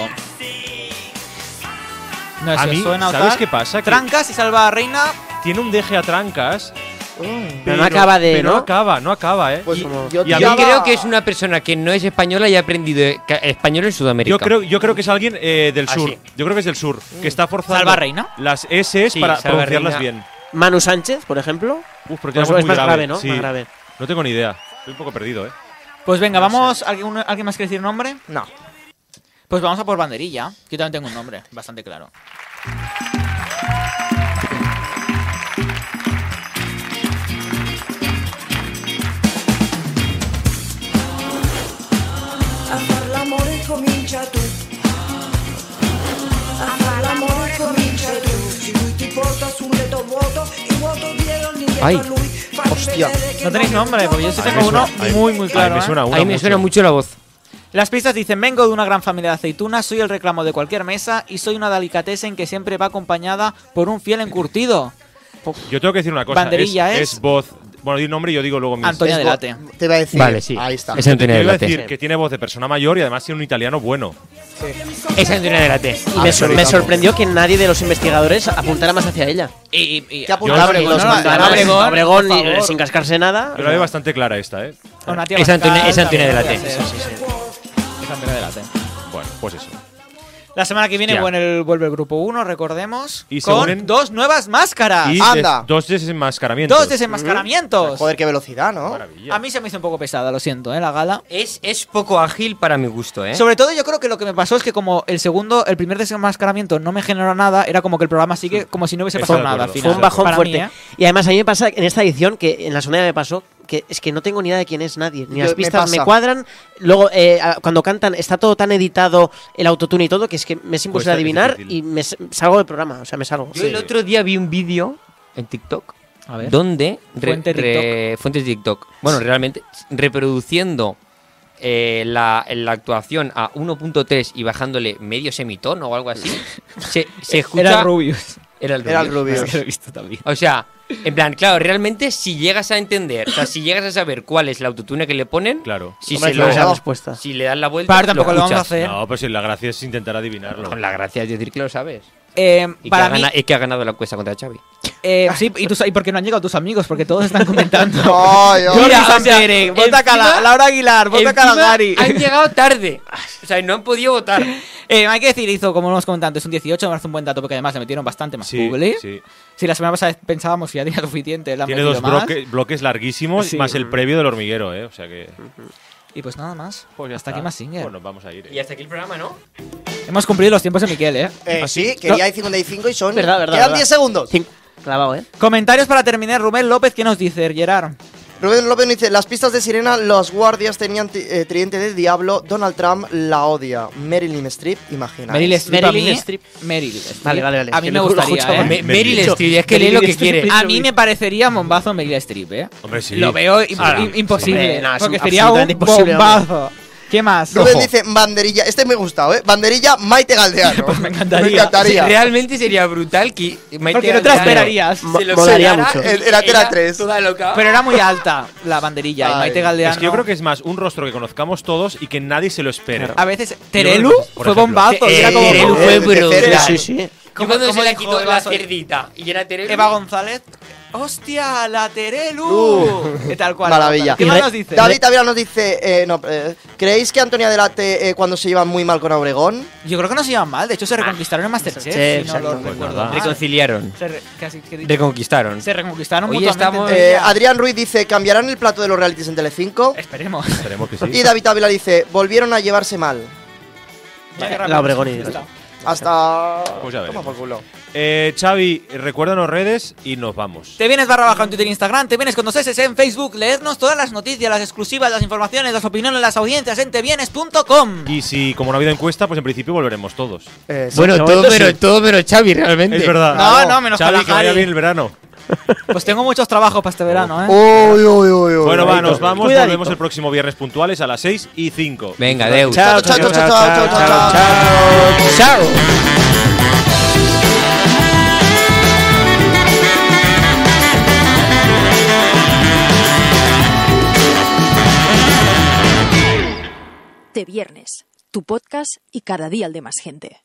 Speaker 6: No sé,
Speaker 5: A mí,
Speaker 6: suena o
Speaker 5: ¿sabes
Speaker 6: tal.
Speaker 5: qué pasa? Que-
Speaker 6: Trancas y Salva Reina.
Speaker 5: Tiene un deje a trancas.
Speaker 6: Mm.
Speaker 7: no acaba de,
Speaker 5: Pero
Speaker 7: ¿no?
Speaker 5: no acaba, no acaba, ¿eh?
Speaker 3: Pues
Speaker 5: Y-
Speaker 3: como-
Speaker 5: y a
Speaker 4: Yo
Speaker 5: mí-
Speaker 4: creo que es una persona que no es española y ha aprendido eh, ca- español en Sudamérica.
Speaker 5: Yo creo, yo creo que es alguien eh,
Speaker 7: Ah,
Speaker 5: del
Speaker 4: Así.
Speaker 5: sur. Yo creo que es del sur.
Speaker 6: Mm.
Speaker 5: Que está forzando
Speaker 6: ¿Salva Reina?
Speaker 5: las S
Speaker 4: Sí,
Speaker 5: para
Speaker 4: Salva
Speaker 5: pronunciarlas
Speaker 4: Reina.
Speaker 5: bien.
Speaker 7: Manu Sánchez, por ejemplo.
Speaker 5: Uf, pero tiene
Speaker 7: Pues
Speaker 5: algo
Speaker 7: es
Speaker 5: muy
Speaker 7: más grave, ¿no?
Speaker 5: Sí.
Speaker 7: Más grave.
Speaker 5: No tengo ni idea. Estoy un poco perdido, ¿eh?
Speaker 6: Pues venga, vamos. ¿alguien, ¿Alguien más quiere decir nombre?
Speaker 3: No.
Speaker 6: Pues vamos a por banderilla. Yo también tengo un nombre, bastante claro.
Speaker 8: A far l'amore comincia tu. A far l'amore comincia tu. Se lui ti porta sul letto vuoto, il vuoto dietro dietro
Speaker 4: Ai.
Speaker 8: a lui. Fai
Speaker 3: Hostia.
Speaker 8: vedere che
Speaker 6: No tenéis nombre, porque yo sí
Speaker 5: A mí
Speaker 6: tengo
Speaker 5: me
Speaker 6: uno
Speaker 5: suena- a mí-
Speaker 6: muy, muy
Speaker 5: a
Speaker 6: claro.
Speaker 5: mí me
Speaker 6: ¿eh?
Speaker 5: suena uno
Speaker 4: Ahí me
Speaker 5: mucho.
Speaker 4: suena mucho la voz.
Speaker 6: Las pistas dicen, vengo de una gran familia de aceitunas, soy el reclamo de cualquier mesa y soy una delicatessen que siempre va acompañada por un fiel encurtido. Pues,
Speaker 5: Yo tengo que decir una cosa.
Speaker 6: Banderilla
Speaker 5: es,
Speaker 6: es-
Speaker 5: es voz. Bueno, di un nombre y yo digo luego mis.
Speaker 6: Antonio Delate.
Speaker 3: Te iba a decir.
Speaker 4: Vale, sí.
Speaker 3: Ahí está.
Speaker 4: Es Antonio
Speaker 5: Yo iba a
Speaker 4: Delate.
Speaker 5: decir que tiene voz de persona mayor y además tiene un italiano bueno.
Speaker 4: Es Antonio Delate.
Speaker 3: Ah,
Speaker 7: Y
Speaker 6: Ah,
Speaker 7: me, sor- me sorprendió que nadie de los investigadores apuntara más hacia ella.
Speaker 6: Y, y-
Speaker 3: ¿Qué apunta
Speaker 5: Yo-
Speaker 3: Obregón?
Speaker 5: Nos
Speaker 6: no,
Speaker 3: Mandar
Speaker 6: no,
Speaker 3: a Obregón.
Speaker 6: Obregón,
Speaker 7: Obregón,
Speaker 6: por
Speaker 7: y-
Speaker 6: favor.
Speaker 7: sin cascarse nada.
Speaker 5: Yo la veo bastante clara esta, ¿eh?
Speaker 6: Una tía
Speaker 4: Es
Speaker 6: Bascal,
Speaker 4: Antonio- es Antonio
Speaker 6: también
Speaker 4: Delate.
Speaker 6: podría ser. Es Antonio Delate.
Speaker 5: Bueno, pues eso.
Speaker 6: La semana que viene
Speaker 5: Hostia.
Speaker 6: bueno, el- vuelve el grupo 1, recordemos.
Speaker 5: Y se
Speaker 6: con
Speaker 5: unen-
Speaker 6: dos nuevas máscaras.
Speaker 5: Y
Speaker 3: Anda.
Speaker 5: des- dos desenmascaramientos.
Speaker 6: Ah, dos desenmascaramientos.
Speaker 3: Joder, qué velocidad, ¿no?
Speaker 5: Maravilla.
Speaker 6: A mí se me hizo un poco pesada, lo siento, ¿eh? la gala.
Speaker 4: Es, es poco ágil para mi gusto, ¿eh?
Speaker 6: Sobre todo yo creo que lo que me pasó es que como el segundo, el primer desenmascaramiento no me generó nada, era como que el programa sigue como si no hubiese
Speaker 5: Estoy
Speaker 6: pasado
Speaker 5: de
Speaker 6: nada al
Speaker 5: acuerdo.
Speaker 6: final.
Speaker 7: Fue un bajón
Speaker 6: Para mí,
Speaker 7: fuerte.
Speaker 6: ¿eh?
Speaker 7: Y además a mí me pasa en esta edición que en la segunda me pasó que es que no tengo ni idea de quién es nadie. Ni
Speaker 3: Yo-
Speaker 7: las
Speaker 3: me
Speaker 7: pistas me,
Speaker 3: pasa.
Speaker 7: cuadran. Luego, eh, a- cuando cantan, está todo tan editado, el autotune y todo, que es que me es imposible
Speaker 5: Cuesta, es
Speaker 7: adivinar
Speaker 5: difícil.
Speaker 7: y me s- salgo del programa. O sea, me salgo.
Speaker 4: Yo el otro día vi un vídeo en TikTok
Speaker 6: A ver.
Speaker 4: donde re-
Speaker 6: Fuente
Speaker 4: re- fuentes de TikTok. Bueno, realmente reproduciendo eh, la, la actuación a 1.3 y bajándole medio semitono o algo así, se, se escucha.
Speaker 7: Ah.
Speaker 6: Era Rubius.
Speaker 4: Era el
Speaker 3: Era el
Speaker 4: rubio.
Speaker 3: Rubius.
Speaker 6: Es que lo he visto también.
Speaker 4: O sea, en plan, claro, realmente si llegas a entender, o sea, si llegas a saber cuál es la autotune que le ponen,
Speaker 5: Claro.
Speaker 4: si,
Speaker 3: Hombre,
Speaker 4: se
Speaker 3: claro.
Speaker 4: lo-
Speaker 7: Esa
Speaker 3: no.
Speaker 7: respuesta.
Speaker 4: si le dan la vuelta,
Speaker 6: Para tampoco lo, vamos a
Speaker 4: escuchas.
Speaker 6: hacer.
Speaker 5: No, pero si la gracia es intentar adivinarlo.
Speaker 4: Con la gracia de decir que lo sabes.
Speaker 6: Eh,
Speaker 4: Y,
Speaker 6: para
Speaker 4: que, ha
Speaker 6: mí,
Speaker 4: gana- y que ha ganado la cuesta contra Xavi.
Speaker 6: eh, sí, y, tus- y porque no han llegado tus amigos, porque todos están comentando.
Speaker 3: Ay, ay.
Speaker 4: Mira, o sea,
Speaker 6: Pérez,
Speaker 4: encima-
Speaker 6: eh, vota a Cala- Laura Aguilar, vota Ah, a
Speaker 4: Encima,
Speaker 6: Calagari.
Speaker 4: Han llegado tarde. O sea, no han podido votar.
Speaker 6: Eh, hay que decir, hizo, como hemos comentado antes, un 18, me parece un buen dato, porque además le metieron bastante más
Speaker 5: Sí,
Speaker 6: Google.
Speaker 5: sí.
Speaker 6: Si la semana pasada pensábamos que ya tenía suficiente, le han
Speaker 5: Tiene
Speaker 6: metido
Speaker 5: dos
Speaker 6: más.
Speaker 5: bloque- bloques larguísimos
Speaker 6: Sí.
Speaker 5: más el previo del hormiguero, ¿eh? O sea que.
Speaker 6: Y pues nada más.
Speaker 5: Pues ya
Speaker 6: Hasta
Speaker 5: está.
Speaker 6: aquí más Singer.
Speaker 5: Pues nos vamos a ir. ¿eh?
Speaker 4: Y hasta aquí el programa, ¿no?
Speaker 6: Hemos cumplido los tiempos de Miquel, ¿eh?
Speaker 3: Eh, sí, quería hay 55 y son.
Speaker 7: Verdad, verdad,
Speaker 3: Quedan
Speaker 7: verdad.
Speaker 3: 10 segundos.
Speaker 7: Cin- Clavado, ¿eh?
Speaker 6: Comentarios para terminar. Rubén López, ¿qué nos dice, Gerard?
Speaker 3: Rubén López nos dice: Las pistas de sirena, los guardias tenían ti- eh, tridente de diablo, Donald Trump la odia, Marilyn Streep, imagina.
Speaker 6: Meryl Streep.
Speaker 7: Meryl
Speaker 6: a mí-
Speaker 7: Streep.
Speaker 6: Meryl Streep.
Speaker 7: Vale, vale, vale.
Speaker 6: A mí
Speaker 7: Que
Speaker 6: me
Speaker 7: no lo
Speaker 6: gustaría,
Speaker 7: escuchaba.
Speaker 6: ¿eh?
Speaker 4: Me- Meryl
Speaker 7: dicho.
Speaker 4: Streep, es que lee lo que quiere.
Speaker 6: A mí me parecería bombazo Meryl Streep, ¿eh?
Speaker 5: Hombre, sí.
Speaker 6: Lo veo im-
Speaker 5: Ahora,
Speaker 6: im- imposible.
Speaker 7: Hombre, no, es
Speaker 6: porque
Speaker 7: un-
Speaker 6: sería un
Speaker 7: absolutamente imposible, hombre.
Speaker 6: bombazo. ¿Qué más?
Speaker 3: Rubén
Speaker 6: Ojo.
Speaker 3: dice: Banderilla. Este me ha gustado, ¿eh? Banderilla Maite Galdeano.
Speaker 6: Pues me encantaría.
Speaker 3: Me encantaría.
Speaker 4: Realmente sería brutal que Maite
Speaker 6: Porque no te la
Speaker 4: Galdeano
Speaker 6: esperarías.
Speaker 4: se lo
Speaker 7: Molaría
Speaker 4: quedara
Speaker 7: mucho.
Speaker 3: En- en Antena
Speaker 4: ella
Speaker 3: 3.
Speaker 4: Toda loca.
Speaker 6: Pero era muy alta la banderilla. Y
Speaker 3: Ay.
Speaker 6: Maite Galdeano.
Speaker 5: Es que yo creo que es más un rostro que conozcamos todos y que nadie se lo espera.
Speaker 6: A veces. Terelu
Speaker 5: por
Speaker 6: fue
Speaker 5: ejemplo.
Speaker 6: bombazo.
Speaker 4: Eh,
Speaker 6: era como.
Speaker 4: Terelu
Speaker 3: Eh,
Speaker 4: fue
Speaker 3: de Terelu.
Speaker 4: brutal.
Speaker 7: Sí, sí.
Speaker 4: Yo
Speaker 6: ¿Cómo-
Speaker 4: cuando
Speaker 6: cómo
Speaker 4: se la
Speaker 6: dijo
Speaker 4: quitó
Speaker 6: el
Speaker 4: la
Speaker 6: vaso?
Speaker 4: cerdita y era Terelu.
Speaker 6: Eva González. ¡Hostia, la Terelu! Y tal cual.
Speaker 3: Maravilla.
Speaker 6: ¿Qué
Speaker 7: Y
Speaker 6: más
Speaker 7: re-
Speaker 6: nos dice?
Speaker 3: David Tavira nos dice: eh, no, eh, ¿Creéis que Antonia Delate eh, cuando se lleva muy mal con Obregón?
Speaker 6: Yo creo que no se llevan mal. De
Speaker 5: Ah.
Speaker 6: hecho, se reconquistaron en Masterchef.
Speaker 7: Masterchef,
Speaker 6: si no lo
Speaker 7: exacto.
Speaker 6: recuerdo
Speaker 5: nada.
Speaker 6: mal.
Speaker 4: Reconciliaron.
Speaker 6: Se re- casi que he dicho-
Speaker 4: Reconquistaron.
Speaker 6: Se reconquistaron
Speaker 4: Hoy
Speaker 6: mutuamente.
Speaker 4: estamos-
Speaker 6: entre
Speaker 3: Eh,
Speaker 6: ellas.
Speaker 3: Adrián Ruiz dice: ¿Cambiarán el plato de los realities en Telecinco?
Speaker 6: Esperemos.
Speaker 5: Esperemos que sí.
Speaker 3: Y David Ávila dice: Volvieron a llevarse mal.
Speaker 7: la Obregón y-
Speaker 6: Ya está.
Speaker 3: Hasta.
Speaker 5: Pues ya veremos.
Speaker 3: Toma por culo.
Speaker 5: Eh, Xavi, recuérdanos redes y nos vamos.
Speaker 6: Te vienes barra baja en Twitter e Instagram, te vienes con dos S en Facebook, leernos todas las noticias, las exclusivas, las informaciones, las opiniones, las audiencias en tevienes.com.
Speaker 5: Y si, como no ha habido encuesta, pues en principio volveremos todos.
Speaker 3: Eh, sí.
Speaker 4: Bueno,
Speaker 7: De
Speaker 4: todo
Speaker 7: momento
Speaker 4: menos,
Speaker 7: sí.
Speaker 4: todo menos Xavi, realmente.
Speaker 5: Es verdad.
Speaker 6: No, no, menos
Speaker 5: Xavi, que vaya
Speaker 6: Kalahari.
Speaker 5: bien el verano.
Speaker 6: Pues tengo muchos trabajos para este verano, ¿eh?
Speaker 3: Uy, uy, uy, uy.
Speaker 5: Bueno, va, nos vamos.
Speaker 7: Cuidadito.
Speaker 5: Nos vemos el próximo viernes puntuales a las 6 y 5.
Speaker 4: Venga, Deus.
Speaker 3: Chao, chao, chao, chao, chao, chao, chao.
Speaker 7: Chao.
Speaker 1: Te Viernes, tu podcast y cada día el de más gente.